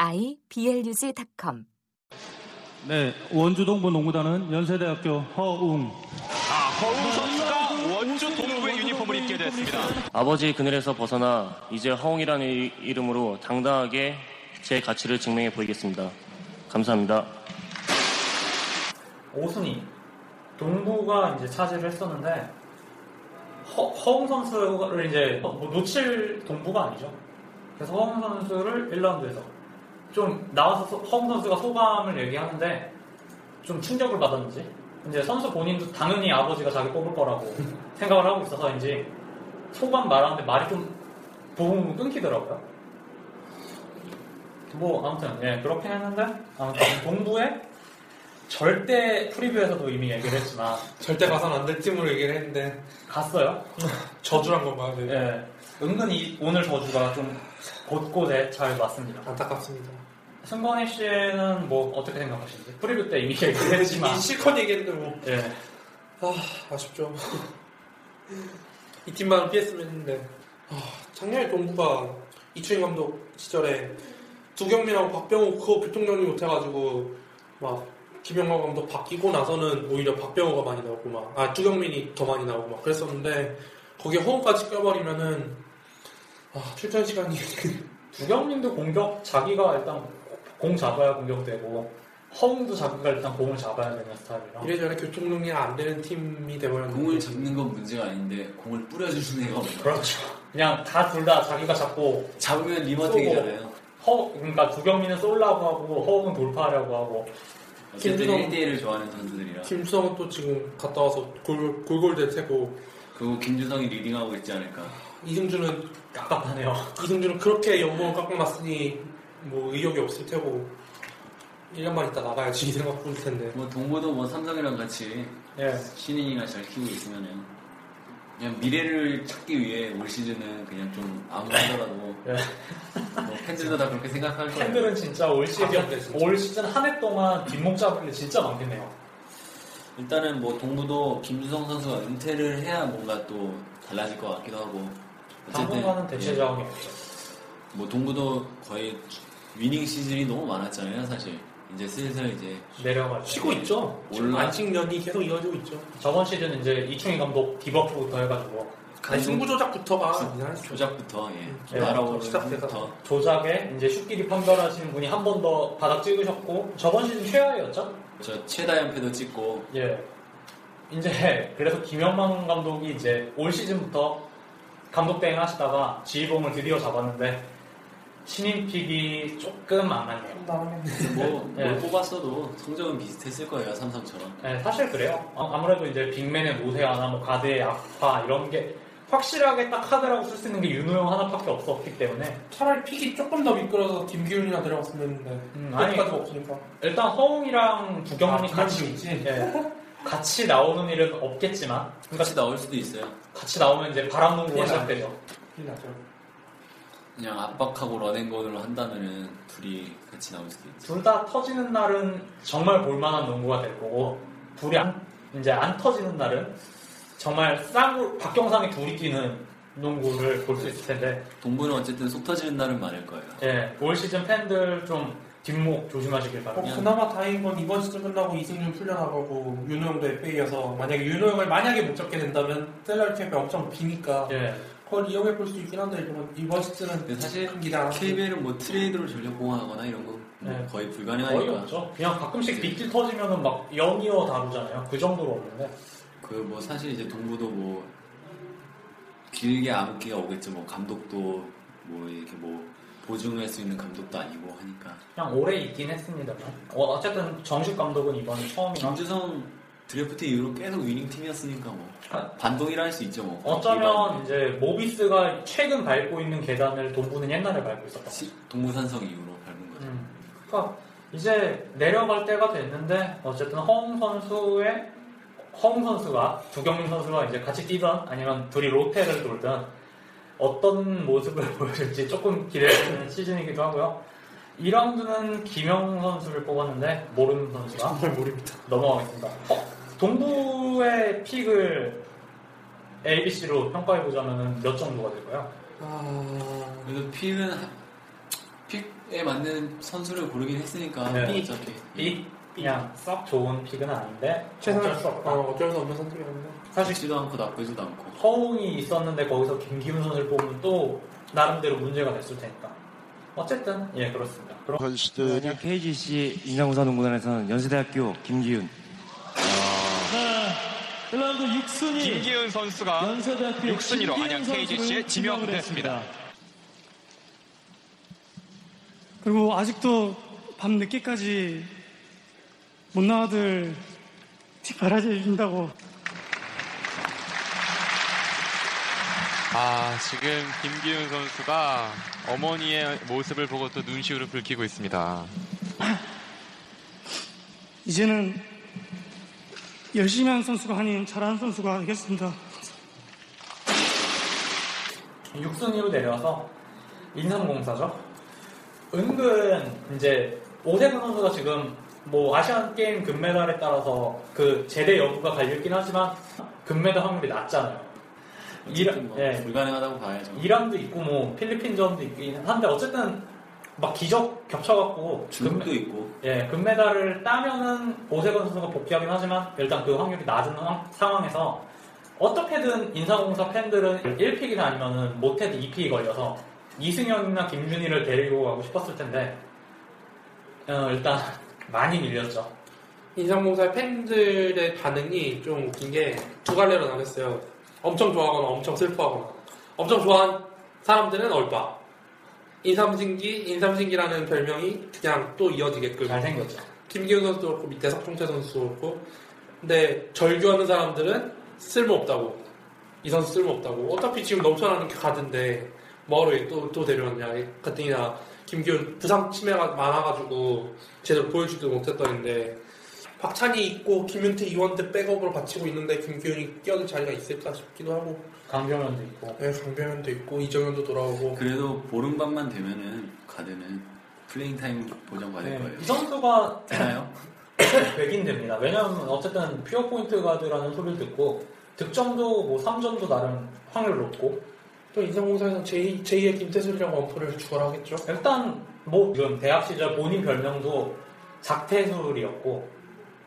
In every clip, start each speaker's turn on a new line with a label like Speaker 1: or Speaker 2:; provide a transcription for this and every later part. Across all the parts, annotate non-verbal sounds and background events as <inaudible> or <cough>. Speaker 1: iblog.com
Speaker 2: 네, 원주 동부 농구단은 연세대학교 허웅.
Speaker 3: 아, 허웅 선수가 원주 동부의 유니폼을 입게 됐습니다.
Speaker 4: 아버지 그늘에서 벗어나 이제 허웅이라는 이- 이름으로 당당하게 제 가치를 증명해 보이겠습니다. 감사합니다.
Speaker 5: 5순위 동부가 이제 차지를 했었는데 허, 허웅 선수를 이제 뭐 놓칠 동부가 아니죠. 그래서 허웅 선수를 1라운드에서 좀 나와서 소- 허웅 선수가 소감을 얘기하는데 좀 충격을 받았는지 이제 선수 본인도 당연히 아버지가 자기 뽑을
Speaker 6: <laughs>
Speaker 5: 거라고 생각을 하고 있어서인지 소감 말하는데 말이 좀 보험 끊기더라고요. 뭐 아무튼 예 그렇긴 했는데 아무튼 동부에 절대 프리뷰에서도 이미 얘기를 했지만
Speaker 6: <laughs> 절대 봐선 안 될 팀으로 얘기를 했는데
Speaker 5: 갔어요.
Speaker 6: 저주란 건가요? 네. 되게?
Speaker 5: 예. 은근 히 오늘 저주가 좀 곳곳에 잘 맞습니다.
Speaker 6: 안타깝습니다.
Speaker 5: 승관희 씨는 뭐 어떻게 생각하시는지? 프리뷰 때 이미 얘기를 했지만
Speaker 6: <laughs> 이 실컷 얘기했는데 뭐
Speaker 5: 예.
Speaker 6: 아, 아쉽죠. 이 팀만 피했으면 했는데 아, 작년에 동부가 이충인 감독 시절에 두경민하고 박병호 그거 불통정리 못해가지고 막 김영광 감독 바뀌고 나서는 오히려 박병호가 많이 나오고 막아 두경민이 더 많이 나오고 막 그랬었는데 거기에 허웅까지 껴버리면은 아, 출전 시간이 <laughs>
Speaker 5: 두경민도 공격 자기가 일단 공 잡아야 공격되고 허웅도 자기가 일단 공을 잡아야 되는 스타일이라
Speaker 6: 이래저래 교통정리가 안 되는 팀이 돼버렸는데
Speaker 7: 공을 잡는 건 문제가 아닌데 공을 뿌려주는 애가 없나
Speaker 5: 그렇죠. 그냥 다 둘 다 자기가 잡고
Speaker 7: 잡으면 리머텍이잖아요
Speaker 5: 허 그러니까 두경민은 쏠라고 하고 허웅은 돌파하려고 하고
Speaker 7: 어쨌든
Speaker 6: 김성-
Speaker 7: 1대1을 좋아하는 선수들이라
Speaker 6: 김수성은 또 지금 갔다 와서 골, 골골 대체고
Speaker 7: 그리고 김주성이 리딩하고 있지 않을까
Speaker 6: 이승준은
Speaker 5: 깝깝하네요.
Speaker 6: <laughs> 이승준은 그렇게 연봉을 깎아놨으니 뭐 의욕이 없을 테고 1년만 있다 나가야지 <laughs> 이 생각 뿐일 텐데
Speaker 7: 뭐 동부도 뭐 삼성이랑 같이
Speaker 5: 예.
Speaker 7: 신인이나 잘 키우고 있으면은 그냥 미래를 찾기 위해 올 시즌은 그냥 좀 아무 하더라도
Speaker 5: 예.
Speaker 7: 뭐 팬들도 다 그렇게 생각할 거예요
Speaker 5: 팬들은 진짜 올 시즌
Speaker 6: 아, 진짜.
Speaker 5: 올 시즌 한 해 동안 뒷목 잡을 게 진짜 많겠네요.
Speaker 7: 일단은 뭐 동부도 김주성 선수가 은퇴를 해야 뭔가 또 달라질 것 같기도 하고
Speaker 5: 당분간은 대체
Speaker 7: 예.
Speaker 5: 자원이 없죠.
Speaker 7: 뭐 동부도 거의 위닝 시즌이 너무 많았잖아요 사실 이제 슬슬 이제
Speaker 5: 내려가죠.
Speaker 6: 쉬고 있죠 지금
Speaker 7: 올라-
Speaker 6: 안식년이 계속 이어지고 있죠
Speaker 5: 저번 시즌 이제 이충희 감독 디버프부터 해가지고
Speaker 6: 아니, 승부 조작부터가 이상했죠.
Speaker 7: 조작부터 예
Speaker 5: 예,
Speaker 7: 날아오는
Speaker 6: 시작돼서.
Speaker 7: 부터
Speaker 5: 조작에 이제 슛끼리 판별하시는 분이 한 번 더 바닥 찍으셨고 저번 시즌 최하위였죠?
Speaker 7: 저 최다 연패도 찍고
Speaker 5: 예. 이제 <laughs> 그래서 김영만 감독이 이제 올 시즌부터 감독 대행 하시다가 지휘봉을 드디어 잡았는데 신인 픽이 조금 안 맞네요.
Speaker 7: 뭐뭘
Speaker 5: 예.
Speaker 7: 뽑았어도 성적은 비슷했을 거예요 삼성처럼
Speaker 5: 네, 사실 그래요. 아, 아무래도 이제 빅맨의 노세아나 뭐 가드의 약파 이런 게 확실하게 딱 카드라고 쓸 수 있는 게 윤호영 하나밖에 없었기 때문에
Speaker 6: 차라리 픽이 조금 더 미끄러서 김기훈이나 데려갔으면 했는데
Speaker 5: 음, 아니.
Speaker 6: 그것까지 없으니까
Speaker 5: 일단 허웅이랑 두경민이
Speaker 6: 아,
Speaker 5: 같이
Speaker 6: 두경민이지?
Speaker 5: 예, 같이 나오는 일은 없겠지만
Speaker 7: 같이 나올 수도 있어요
Speaker 5: 같이 나오면 이제 바람농구가
Speaker 6: 예.
Speaker 5: 시작되죠.
Speaker 6: 큰일 나죠
Speaker 7: 음, 그냥 압박하고 런앤건으로 한다면은 둘이 같이 나올 수도 있죠
Speaker 5: 둘 다 터지는 날은 정말 볼만한 농구가 될 거고 둘이 안, 이제 안 터지는 날은 정말 쌍으로 박경상이 둘이 뛰는 농구를 볼 수 있을 텐데
Speaker 7: 동부는 어쨌든 속 터지는 날은 많을 거예요
Speaker 5: 예, 올 시즌 팬들 좀 뒷목 조심하시길
Speaker 6: 어,
Speaker 5: 바랍니다.
Speaker 6: 그나마 다행인 건 이번 시즌 끝나고 이승준 풀려나가고 윤호영도 FA여서 만약에 윤호영을 만약에 못 잡게 된다면 셀러리 캡이 엄청 비니까
Speaker 5: 예.
Speaker 6: 그걸 이용해 볼 수 있긴 한데 이번, 이번 시즌은
Speaker 7: 근데 사실
Speaker 6: 큰 기대 안 하고
Speaker 7: KBL은 뭐 트레이드로 전력 공헌하거나 이런 거뭐
Speaker 5: 네.
Speaker 7: 거의
Speaker 5: 거의
Speaker 7: 불가능하니까
Speaker 5: 없죠. 그냥 가끔씩 빅딜 터지면은 막 영이어 다루잖아요. 그 정도로 없는데.
Speaker 7: 그 뭐 사실 이제 동부도 뭐 길게 암기가 오겠죠. 뭐 감독도 뭐 이렇게 뭐 보증할 수 있는 감독도 아니고 하니까.
Speaker 5: 그냥 오래 있긴 했습니다만 아, 어, 어쨌든 정식 감독은 이번이 처음이라
Speaker 7: 김주성 드래프트 이후로 계속 위닝 팀이었으니까 뭐 반동이라 할 수 있죠. 뭐
Speaker 5: 아. 어쩌면 이제 모비스가 최근 밟고 있는 계단을 돈부는 옛날에 밟고 있었다.
Speaker 7: 동부산성 이후로 밟은 거죠.
Speaker 5: 음. 그러니까 이제 내려갈 때가 됐는데 어쨌든 허웅 선수의 허웅 선수가 두경민 선수가 이제 같이 뛰던 아니면 둘이 로테를 돌든 어떤 모습을 <laughs> 보여줄지 조금 기대되는 시즌이기도 하고요. 2라운드는 김영웅 선수를 뽑았는데 모르는 선수가 정말 모릅니다. 넘어가겠습니다. 어, 동부의 픽을 ABC로 평가해 보자면 몇 정도가 될까요?
Speaker 7: 그래도 픽은 하- 픽에 맞는 선수를 고르긴 했으니까
Speaker 5: 네.
Speaker 7: 뭐 어차피
Speaker 5: 이 그냥 썩 좋은 픽은 아닌데
Speaker 6: 최선을
Speaker 5: 어쩔 수 없다.
Speaker 6: 어, 어쩔 수 없는 선택이었는데
Speaker 7: 사실지도 않고 나쁘지도 않고
Speaker 5: 어, 허웅이 있었는데 거기서 김기훈 선수를 뽑으면 또 나름대로 문제가 됐을 테니까. 어쨌든 예 그렇습니다. 그럼
Speaker 4: 만약 KGC 인상공사 농구단에서는 연세대학교 김기훈,
Speaker 2: 아, 1라운드 6순위
Speaker 3: 김기훈 선수가
Speaker 2: 네. 연세대학교
Speaker 3: 6순위로 안양
Speaker 2: 김기훈
Speaker 3: KGC에
Speaker 2: 선수를 지명을
Speaker 3: 지명됐습니다.
Speaker 2: 그리고 아직도 밤 늦게까지 못나와들 뒷바라지 해준다고
Speaker 8: 아, 지금 김기훈 선수가 어머니의 모습을 보고 또 눈시울을 붉히고 있습니다.
Speaker 2: <laughs> 이제는 열심히 한 선수가 아닌 잘하는 선수가 되겠습니다.
Speaker 5: 6순위로 내려와서 인삼공사죠. 은근 이제 오세근 선수가 지금 뭐 아시안 게임 금메달에 따라서 그 제대 여부가 갈려있긴 하지만 금메달 확률이 낮잖아요.
Speaker 7: 어쨌든 뭐
Speaker 5: 이라- 예.
Speaker 7: 불가능하다고 봐야죠.
Speaker 5: 이란도 있고 뭐 필리핀전도 있긴 한데 어쨌든 막 기적 겹쳐갖고
Speaker 7: 중국도
Speaker 5: 금메-
Speaker 7: 있고
Speaker 5: 예, 금메달을 따면은 오세건 선수가 복귀하긴 하지만 일단 그 확률이 낮은 황- 상황에서 어떻게든 인사공사 팬들은 1픽이나 아니면은 못해도 2픽이 걸려서 이승현이나 김준희를 데리고 가고 싶었을 텐데 어, 일단 <laughs> 많이 밀렸죠.
Speaker 6: 인상공사 팬들의 반응이 좀 웃긴 게 두 갈래로 나눴어요. 엄청 좋아하거나 엄청 슬퍼하거나. 엄청 좋아한 사람들은 얼빠. 인삼신기, 인삼신기라는 별명이 그냥 또 이어지게끔.
Speaker 5: 잘생겼죠.
Speaker 6: 김기훈 선수도 그렇고 밑에 석종태 선수도 그렇고. 근데 절규하는 사람들은 쓸모없다고. 이 선수 쓸모없다고. 어차피 지금 넘쳐나는 게 가든데 뭐하러 얘 또, 또 데려왔냐. 가뜩이나 김기훈 부상 침해가 많아가지고 제대로 보여주지도 못했다는데 박찬이 있고 김윤태 이원태 백업으로 바치고 있는데 김기훈이 끼어들 자리가 있을까 싶기도 하고
Speaker 5: 강경현도 있고
Speaker 6: 네, 강병현도 있고 이정현도 돌아오고
Speaker 7: 그래도 보름밤만 되면은 가드는 플레잉 타임 보장 받을
Speaker 5: 네,
Speaker 7: 거예요.
Speaker 5: 이 선수가
Speaker 7: 되나요?
Speaker 5: 되긴 됩니다. 왜냐하면 어쨌든 퓨어 포인트 가드라는 소리를 듣고 득점도 뭐 3점도 나름 확률 높고
Speaker 6: 또 인상공사에서 제2, 제2의 김태술이랑 원포를 주관하겠죠
Speaker 5: 일단 뭐 지금 대학 시절 본인 별명도 작태술이었고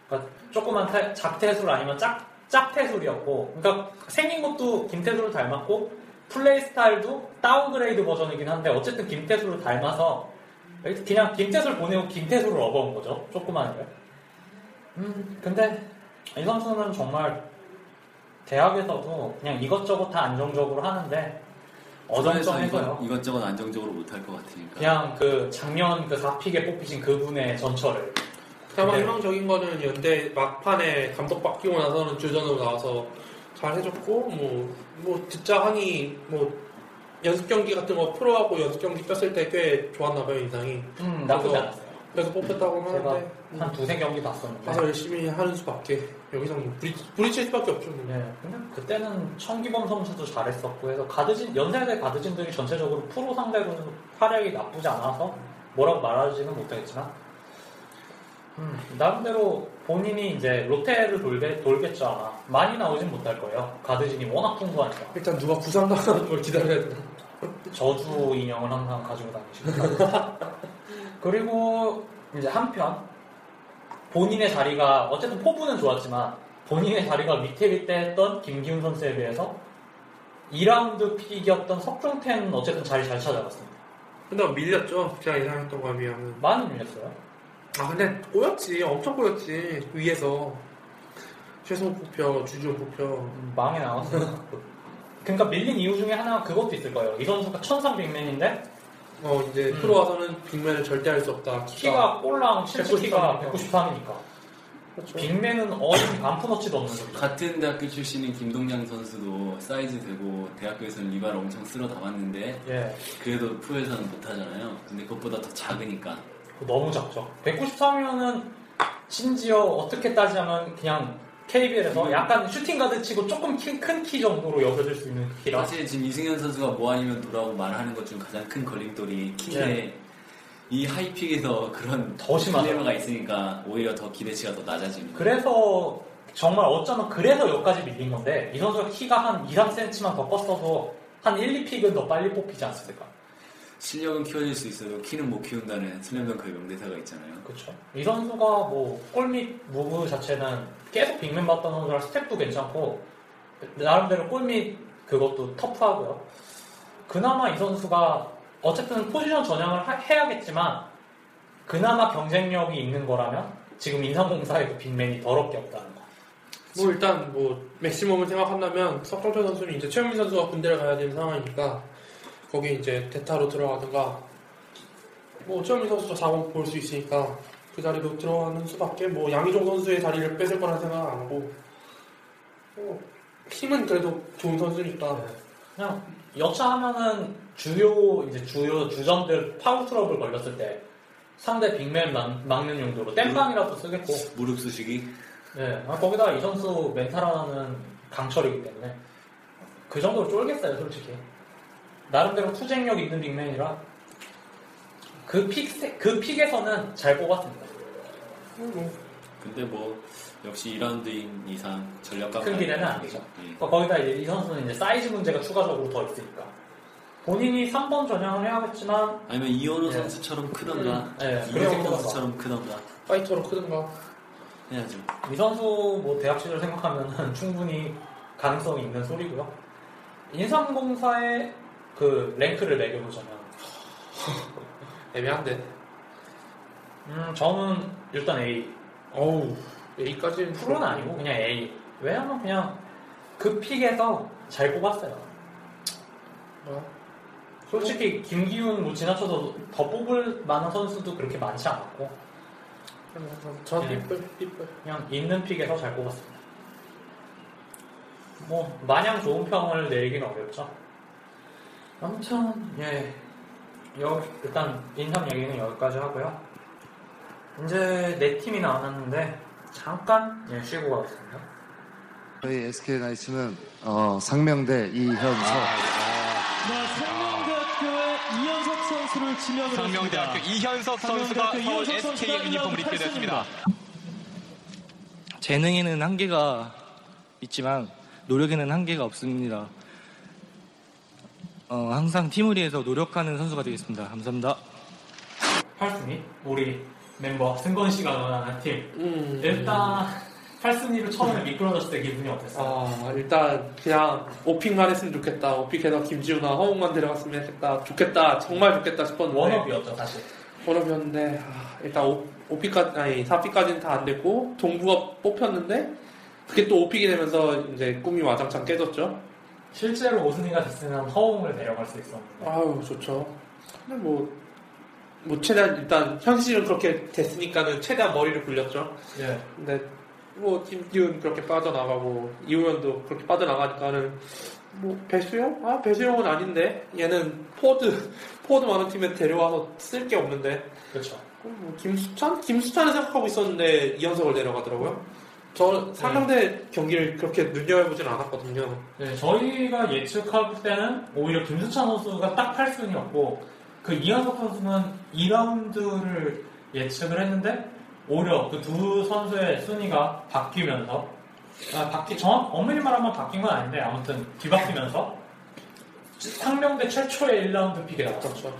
Speaker 5: 그러니까 조그만 태- 작태술 아니면 짝 짝태술이었고 그러니까 생긴 것도 김태술을 닮았고 플레이 스타일도 다운그레이드 버전이긴 한데 어쨌든 김태술을 닮아서 그냥 김태술 보내고 김태술을 업어온 거죠 조그만 애를 음 근데 이 선수는 정말 대학에서도 그냥 이것저것 다 안정적으로 하는데
Speaker 7: 중간에서
Speaker 5: 어정쩡해서요
Speaker 7: 이것- 이것저것 안정적으로 못할 것 같으니까.
Speaker 5: 그냥 그 작년 그 4픽에 뽑히신 그분의 전철을
Speaker 6: 다만
Speaker 5: 네.
Speaker 6: 희망적인 거는 연대 막판에 감독 바뀌고 나서는 주전으로 나와서 잘 해줬고 뭐, 뭐 듣자 하니 뭐 연습 경기 같은 거 프로하고 연습 경기 떴을 때 꽤 좋았나 봐요 인상이
Speaker 5: 음, 나쁘지
Speaker 6: 그래서-
Speaker 5: 않았어요.
Speaker 6: 그래서 뽑혔다고
Speaker 5: 제가
Speaker 6: 하는데 음,
Speaker 5: 한 두세 경기 봤었는데.
Speaker 6: 가서 열심히 하는 수밖에 여기서 뭐 부리, 부리칠 수밖에 없죠 뭐.
Speaker 5: 네, 근데 그때는 청기범 선수도 잘했었고 해서 가드진 연세대 가드진들이 전체적으로 프로 상대로는 활약이 나쁘지 않아서 뭐라고 말하지는 못하겠지만 음, 나름대로 본인이 이제 롯데를 돌게, 돌겠죠 아마 많이 나오진 못할 거예요 가드진이 워낙 풍부하니까
Speaker 6: 일단 누가 부상당하는 걸 기다려야 된다
Speaker 5: 저주 인형을 항상 가지고
Speaker 6: <laughs>
Speaker 5: 다니시고 그리고 이제 한편 본인의 자리가 어쨌든 포부는 좋았지만 본인의 자리가 밑에 밑에 했던 김기훈 선수에 비해서 2라운드 픽이었던 석종태는 어쨌든 자리 잘 찾아갔습니다.
Speaker 6: 근데 밀렸죠 제가 예상했던 거에 비하면
Speaker 5: 많이 밀렸어요.
Speaker 6: 아 근데 꼬였지 엄청 꼬였지 위에서 최승우 뽑혀 주지훈 뽑혀 <laughs>
Speaker 5: 음, 망이 나왔어요. 그러니까 밀린 이유 중에 하나가 그것도 있을 거예요. 이 선수가 천상 빅맨인데
Speaker 6: 어 이제 프로 와서는 빅맨을 절대 할 수 없다.
Speaker 5: 키가 꼴랑 실제
Speaker 6: 193
Speaker 5: 키가
Speaker 6: 이니까. 그렇죠.
Speaker 5: 193이니까 빅맨은 어린 반푼어치도 없는 거죠.
Speaker 7: 같은 대학교 출신인 김동량 선수도 사이즈 되고 대학교에서는 이발 엄청 쓸어 담았는데
Speaker 5: 예.
Speaker 7: 그래도 프로에서는 못하잖아요. 근데 그것보다 더 작으니까
Speaker 5: 너무 작죠. 193이면은 심지어 어떻게 따지자면 그냥 KBL에서 약간 슈팅 가드 치고 조금 큰 키 정도로 여겨질 수 있는 키라.
Speaker 7: 사실 지금 이승현 선수가 뭐 아니면 도라고 말하는 것 중 가장 큰 걸림돌이 킹의
Speaker 5: 네.
Speaker 7: 이 하이픽에서 그런
Speaker 5: 더 심하죠.
Speaker 7: 플레이어가 있으니까 오히려 더 기대치가 더 낮아지는 거예요.
Speaker 5: 그래서 정말 어쩌면 그래서 여기까지 밀린 건데 이 선수가 키가 한 2, 3cm만 더 컸어도 한 1, 2픽은 더 빨리 뽑히지 않았을까. 그
Speaker 7: 실력은 키워질 수 있어도 키는 못 키운다는 슬램덩크의 명대사가 있잖아요.
Speaker 5: 그렇죠. 이 선수가 뭐 골밑 무브 자체는 계속 빅맨 봤던 선수랑 스텝도 괜찮고 나름대로 골밑 그것도 터프하고요. 그나마 이 선수가 어쨌든 포지션 전향을 하- 해야겠지만 그나마 경쟁력이 있는 거라면 지금 인삼공사에도 빅맨이 더럽게 없다는 거.
Speaker 6: 뭐 일단 뭐 맥시멈을 생각한다면 석정철 선수는 이제 최영민 선수가 군대를 가야 되는 상황이니까 거기 이제 대타로 들어가든가 뭐 최영민 선수도 4번 볼 수 있으니까 그 자리로 들어가는 수밖에 뭐 양희종 선수의 자리를 뺏을 거란 생각 안 하고 뭐 힘은 그래도 좋은 선수니까
Speaker 5: 그냥 여차하면은 주요 이제 주요 주전들 파울 트러블 걸렸을 때 상대 빅맨 막, 막는 용도로 땜빵이라도 쓰겠고
Speaker 7: 무릎 쑤시기
Speaker 5: 네, 아, 거기다 이 선수 멘탈 하나는 강철이기 때문에 그 정도로 쫄겠어요, 솔직히. 나름대로 투쟁력 있는 빅맨이라 그 픽, 세- 그 픽에서는 잘 뽑았습니다.
Speaker 7: 근데 뭐 역시 2라운드인 이상 예. 전략과
Speaker 5: 큰 기대는 아니죠.
Speaker 7: 네.
Speaker 5: 그러니까 거- 거기다 이제 이 선수는 이제 사이즈 문제가 추가적으로 더 있으니까 본인이 3번 전향을 해야겠지만
Speaker 7: 아니면 이현우 선수처럼 크던가
Speaker 5: 음, 네,
Speaker 7: 이현우
Speaker 5: 그래요.
Speaker 7: 선수처럼 크던가
Speaker 6: 파이터로 크든가
Speaker 7: 해야죠.
Speaker 5: 이 선수 뭐 대학 시절 생각하면 <laughs> 충분히 가능성이 있는 소리고요. 인삼공사의 그 랭크를 매겨보자면
Speaker 6: 애매한데.
Speaker 5: 음 저는 일단 A.
Speaker 6: 어우 A까지는
Speaker 5: 프로는 아니고 그냥 A. 왜냐면 그냥 그 픽에서 잘 뽑았어요.
Speaker 6: 뭐
Speaker 5: 솔직히 김기훈 뭐 지나쳐서 더 뽑을 만한 선수도 그렇게 많지 않았고
Speaker 6: 전
Speaker 5: 네.
Speaker 6: 삐뿔 삐뿔
Speaker 5: 그냥 있는 픽에서 잘 뽑았습니다. 뭐 마냥 좋은 평을 내리긴 어렵죠. 아무튼 예, 여- 일단 인삼 얘기는 여기까지 하고요. 이제 네 팀이 나왔는데 잠깐 예, 쉬고 가겠습니다.
Speaker 9: 저희 SK 나이츠는 어, 상명대 이현석
Speaker 10: 아,
Speaker 11: 상명대학교의 이현석 선수를 지명을
Speaker 8: 상명대학교
Speaker 11: 했습니다.
Speaker 8: 이현석 선수가
Speaker 11: 상명대학교
Speaker 8: 서울
Speaker 11: 이현석 선수가
Speaker 8: SK의 유니폼을 입게 됐습니다.
Speaker 12: 재능에는 한계가 있지만 노력에는 한계가 없습니다. 어, 항상 팀을 위해서 노력하는 선수가 되겠습니다. 감사합니다.
Speaker 5: 팔순이 우리 멤버 승건 씨가 원하는 팀. 일단 팔순이로 처음에 미끄러졌을 때 기분이 어땠어?
Speaker 6: 아 일단 그냥 오픽만 했으면 좋겠다 오픽해서 김지우나 허웅만 데려갔으면 좋겠다 좋겠다 정말 좋겠다 싶었는데
Speaker 5: 원업이었죠 사실.
Speaker 6: 원업이었는데 아, 일단 오, 오픽까지 아니 4픽까지는 다 안 됐고 동부가 뽑혔는데 그게 또 오픽이 되면서 이제 꿈이 와장창 깨졌죠
Speaker 5: 실제로 오순이가 됐으면 허웅을 데려갈 수 있었는데
Speaker 6: 아유 좋죠 근데 뭐, 뭐 최대한 일단 현실은 그렇게 됐으니까는 최대한 머리를 굴렸죠
Speaker 5: 예.
Speaker 6: 근데 뭐 김기훈 그렇게 빠져나가고 이우현도 그렇게 빠져나가니까는 뭐 배수영? 아 배수영은 아닌데 얘는 포드 <laughs> 포드 많은 팀에 데려와서 쓸 게 없는데
Speaker 5: 그렇죠
Speaker 6: 뭐 김수찬? 김수찬을 생각하고 있었는데 이현석을 데려가더라고요 저는 상명대 경기를 그렇게 눈여겨보진 않았거든요
Speaker 5: 네, 저희가 예측할 때는 오히려 김수찬 선수가 딱 8순이었고 그 이현석 선수는 2라운드를 예측을 했는데 오히려 그 두 선수의 순위가 바뀌면서 아, 바뀌 정확 엄밀히 말하면 바뀐 건 아닌데 아무튼 뒤바뀌면서 상명대 최초의 1라운드 픽이
Speaker 6: 그렇죠.
Speaker 5: 나왔죠.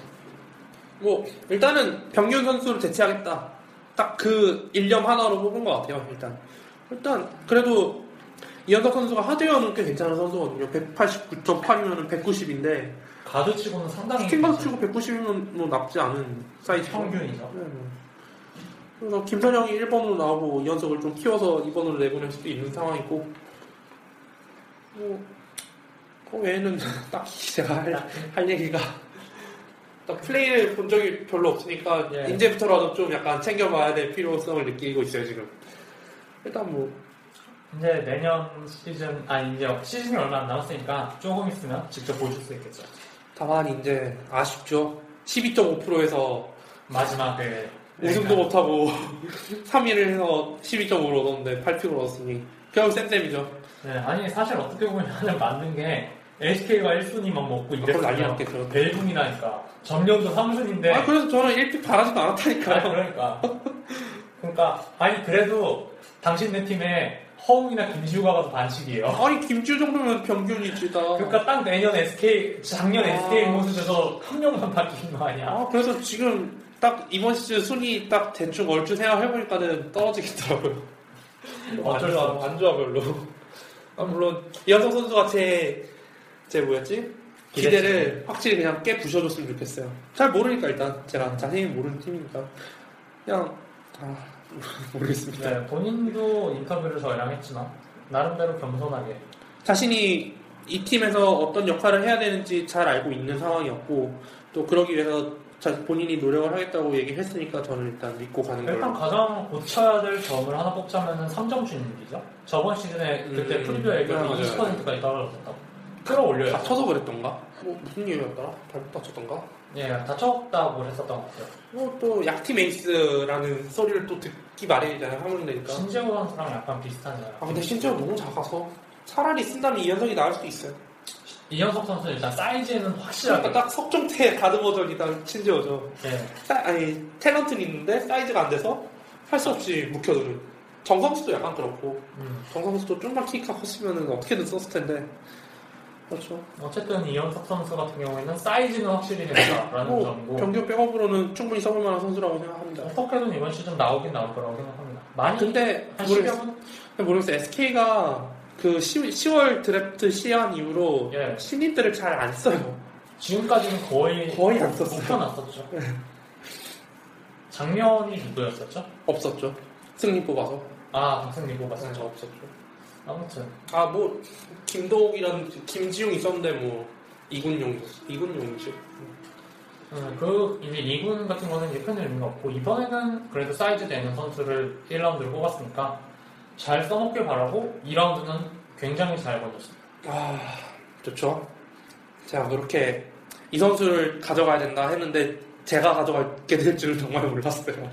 Speaker 6: 뭐 일단은 병균 선수를 대체하겠다. 딱 그 일념 하나로 뽑은 것 같아요. 일단 일단 그래도 이현석 선수가 하드웨어는 꽤 괜찮은 선수거든요. 189.8이면 190인데
Speaker 5: 가드치고는 상당히
Speaker 6: 스팅가드 치고 190이면 뭐 나쁘지 않은 사이즈
Speaker 5: 평균이죠.
Speaker 6: 네, 뭐. 그래서 김선영이 1번으로 나오고 이현석을 좀네 키워서 2번으로 내보낼 수도 있는 상황이고 뭐 그 외에는 <laughs> 딱히 제가 할, 할 얘기가 또 플레이를 본 적이 별로 없으니까
Speaker 5: 예.
Speaker 6: 이제부터라도 좀 약간 챙겨봐야 될 필요성을 느끼고 있어요 지금. 일단 뭐
Speaker 5: 이제 내년 시즌 아니 이제 시즌이 얼마 안 남았으니까 조금 있으면 직접 보실 수 있겠죠.
Speaker 6: 다만 이제 아쉽죠. 12.5%에서
Speaker 5: 마지막에 네.
Speaker 6: 우승도 못하고 <laughs> 3위를 해서 12.5로 얻었는데 8픽을 얻었으니 결국 쌤쌤이죠.
Speaker 5: 네, 아니 사실 어떻게 보면 <laughs> 맞는 게 LCK가 1순위만 먹고
Speaker 6: 그렇죠. 그럼 난리
Speaker 5: 이랬으면 벨붕이라니까 점령도 3순인데
Speaker 6: 아 그래서 저는 1픽 바라지도 않았다니까요.
Speaker 5: 그러니까 그러니까 아니 그래도 당신네 팀에 허웅이나 김지우가 가서 반칙이에요
Speaker 6: 아니 김지우 정도면 병균이지다
Speaker 5: 그러니까 딱 내년 SK 작년
Speaker 6: 아.
Speaker 5: SK 모습에서 한 명만 <laughs> 바뀌는 거 아니야
Speaker 6: 아, 그래서 지금 딱 이번 시즌 순위 딱 대충 얼추 생각해보니까는 떨어지겠더라고요.
Speaker 5: 어쩔 수 없지.
Speaker 6: 안 좋아, 별로. 아, 물론, 이현석 선수가 제, 제 뭐였지? 기대를 확실히 그냥 깨 부셔줬으면 좋겠어요. 잘 모르니까 일단, 제가 자세히 모르는 팀이니까. 그냥, 아, <laughs> 모르겠습니다.
Speaker 5: 네, 본인도 인터뷰를 저희랑 했지만 나름대로 겸손하게
Speaker 6: 자신이 이 팀에서 어떤 역할을 해야 되는지 잘 알고 있는 상황이었고, 또 그러기 위해서 자- 본인이 노력을 하겠다고 얘기했으니까 저는 일단 믿고 가는 걸로.
Speaker 5: 일단 가장 고쳐야 될 점을 하나 뽑자면 3점 주는기죠 저번 시즌에 그때
Speaker 6: 음,
Speaker 5: 프리뷰에
Speaker 6: 아, 맞아요.
Speaker 5: 20%까지 떨어졌었다고 끌어올려요
Speaker 6: 다쳐서 그랬던가? 뭐 무슨 이유였더라? 발목 다쳤던가?
Speaker 5: 예, 다쳤다고 했었던 것 같아요
Speaker 6: 뭐 또 약팀 에이스라는 소리를 또 듣기 마련이잖아요 하면 되니까
Speaker 5: 신재호 선수랑 약간 비슷하잖아요
Speaker 6: 아 근데 신재호 너무 작아서 차라리 쓴다면 이현석이 나을 수도 있어요
Speaker 5: 이현석 선수는 일단 사이즈에는 확실하게
Speaker 6: 그러니까 딱 <laughs> 석종태 가드 버전이 딱 신재호죠
Speaker 5: 예.
Speaker 6: 사- 아니 탤런트는 있는데 사이즈가 안 돼서 할 수 없이 묵혀두는 정성수도 약간 그렇고
Speaker 5: 음.
Speaker 6: 정성수도 좀만 키가 컸으면 어떻게든 썼을 텐데 그렇죠
Speaker 5: 어쨌든 이현석 선수 같은 경우에는 사이즈는 확실히 된다라는
Speaker 6: 뭐,
Speaker 5: 점고
Speaker 6: 경기 백업으로는 충분히 써볼 만한 선수라고 생각합니다 아,
Speaker 5: 어떻게든 이번 시즌 나오긴 나올 거라고 생각합니다 많이
Speaker 6: 근데
Speaker 5: 한
Speaker 6: 모르겠어.
Speaker 5: 10여
Speaker 6: 근데 모르겠어요. SK가 그 10, 월 드래프트 시한 이후로 신인들을 잘 안 써요.
Speaker 5: 지금까지는 거의
Speaker 6: 거의 안 썼어요. 네.
Speaker 5: 묵혀놨었죠 작년이 누구였었죠?
Speaker 6: 없었죠. 승리 뽑아서.
Speaker 5: 아 박승리 뽑았었죠
Speaker 6: 네, 없었죠.
Speaker 5: 아무튼
Speaker 6: 아 뭐 김도욱이랑 김지웅 있었는데 뭐 이군용 이군용이죠.
Speaker 5: 음, 그 이제 2군 같은 거는 이제 큰 의미가 없고 이번에는 그래도 사이즈 되는 선수를 1라운드로 뽑았으니까 잘 써먹길 바라고 2라운드는 굉장히 잘 건졌습니다.
Speaker 6: 아 좋죠. 제가 그렇게 이 선수를 가져가야 된다 했는데 제가 가져갈게 될 줄은 정말 몰랐어요.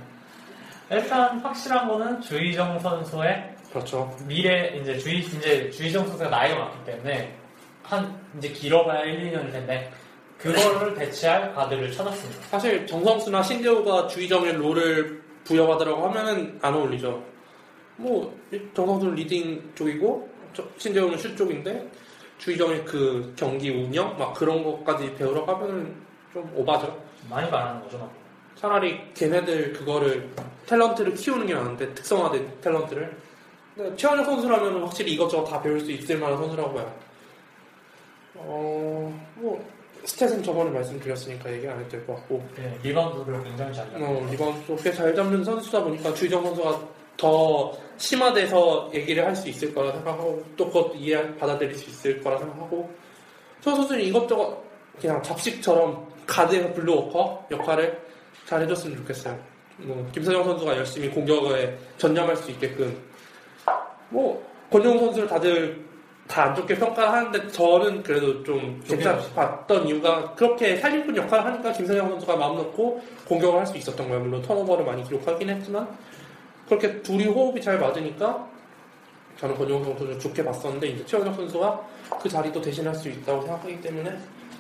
Speaker 5: 일단 확실한 거는 주희정 선수의
Speaker 6: 그렇죠.
Speaker 5: 미래 이제 주희 이제 주희정 선수가 나이가 많기 때문에 한 이제 길어봐야 1, 2년일 텐데 그거를 대체할 가드를 찾았습니다.
Speaker 6: 사실 정성수나 신재호가 주의정의 롤을 부여받으라고 하면은 안 어울리죠. 뭐 정성수는 리딩 쪽이고 저- 신재호는 슛 쪽인데 주의정의 그 경기 운영 막 그런 것까지 배우러 가면은 좀 오바죠.
Speaker 5: 많이 말하는 거죠. 막.
Speaker 6: 차라리 걔네들 그거를 탤런트를 키우는 게 나은데 특성화된 탤런트를. 근데 최원혁 선수라면 확실히 이것저것 다 배울 수 있을 만한 선수라고 봐요. 어, 뭐 스탯은 저번에 말씀드렸으니까 얘기 안 해도 될 것 같고.
Speaker 5: 네, 리바운드를 굉장히 잘 잡고
Speaker 6: 어, 리바운드도 꽤잘 잡는 선수다 보니까 주희정 선수가 더 심화돼서 얘기를 할 수 있을 거라 생각하고 또 그것도 이해 받아들일 수 있을 거라 생각하고 저 선수는 이것저것 그냥 잡식처럼 가드에서 블루워커 역할을 잘 해줬으면 좋겠어요. 뭐, 김서정 선수가 열심히 공격에 전념할 수 있게끔 뭐 권용 선수를 다들 다 안 좋게 평가하는데 저는 그래도 좀
Speaker 5: 좋게
Speaker 6: 괜찮게 봤던 이유가 그렇게 살림꾼 역할을 하니까 김선영 선수가 마음 놓고 공격을 할 수 있었던 거예요. 물론 턴오버를 많이 기록하긴 했지만 그렇게 둘이 호흡이 잘 맞으니까 저는 권용 선수를 좋게 봤었는데 이제 최원혁 선수가 그 자리도 대신할 수 있다고 생각하기 때문에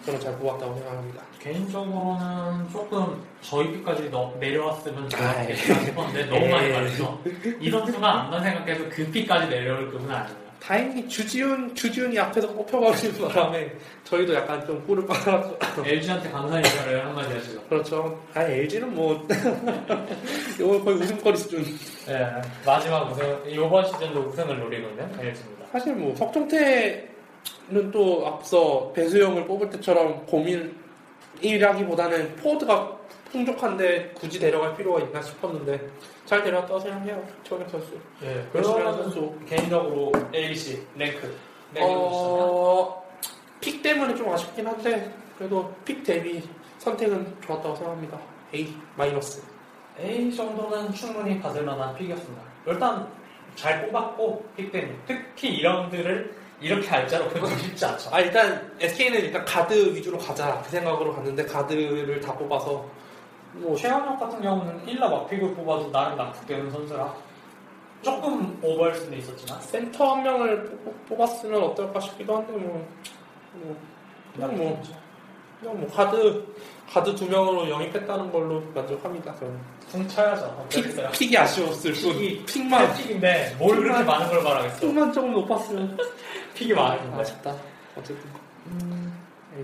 Speaker 6: 저는 잘 뽑았다고 생각합니다.
Speaker 5: 개인적으로는 조금 저희까지 너- 내려왔으면 좋았겠다 싶었는데 너무 많이
Speaker 6: 에이.
Speaker 5: 말했어. 이 선수가 안다 생각해서 그 피까지 내려올 급은 아니에요.
Speaker 6: 다행히 주지훈 주지훈이 앞에서 뽑혀버리는 바람에 저희도 약간 좀 꿀을 빨아서 <laughs>
Speaker 5: LG한테 감사 인사를 한마디 하시죠.
Speaker 6: 그렇죠. 아 LG는 뭐 <laughs> 이거 거의 웃음거리 수준.
Speaker 5: 예, 마지막 우승, 이번 시즌도 우승을 노리고 있는 LG입니다.
Speaker 6: 사실 뭐 석종태는 또 앞서 배수영을 뽑을 때처럼 고민이라기보다는 포드가 풍족한데 굳이 데려갈 필요가 있나 싶었는데 잘 데려왔다고 생각해요. 최원혁 선수.
Speaker 5: 예,
Speaker 6: 열심히 하는
Speaker 5: 그러면 개인적으로 ABC 랭크. 랭킹
Speaker 6: 어, 픽 때문에 좀 아쉽긴 한데 그래도 픽 대비 선택은 좋았다고 생각합니다. A 마이너스.
Speaker 5: A 정도는 충분히 받을 만한 픽이었습니다. 일단 잘 뽑았고 픽 때문에 특히 2라운드를 이렇게 알자로 그건 쉽지 않죠.
Speaker 6: 아 일단 SK는 일단 가드 위주로 가자 그 생각으로 갔는데 가드를 다 뽑아서
Speaker 5: 뭐 최현혁 같은 경우는 1라 막픽을 뽑아도 나름 납득되는 선수라 조금 오버할 수는 있었지만
Speaker 6: 센터 한 명을 뽑- 뽑았으면 어떨까 싶기도 한데 뭐, 뭐 그냥 뭐 그냥 뭐 가드 가드 두 명으로 영입했다는 걸로 만족합니다. 저는
Speaker 5: 뭉쳐야죠. 어쩌겠어요.
Speaker 6: 픽이 아쉬웠을 뿐. 픽만
Speaker 5: 픽인데 뭘 그렇게 많은 걸 바라겠어.
Speaker 6: 픽만 조금 높았으면
Speaker 5: 픽이 많은데.
Speaker 6: 아쉽다. 어쨌든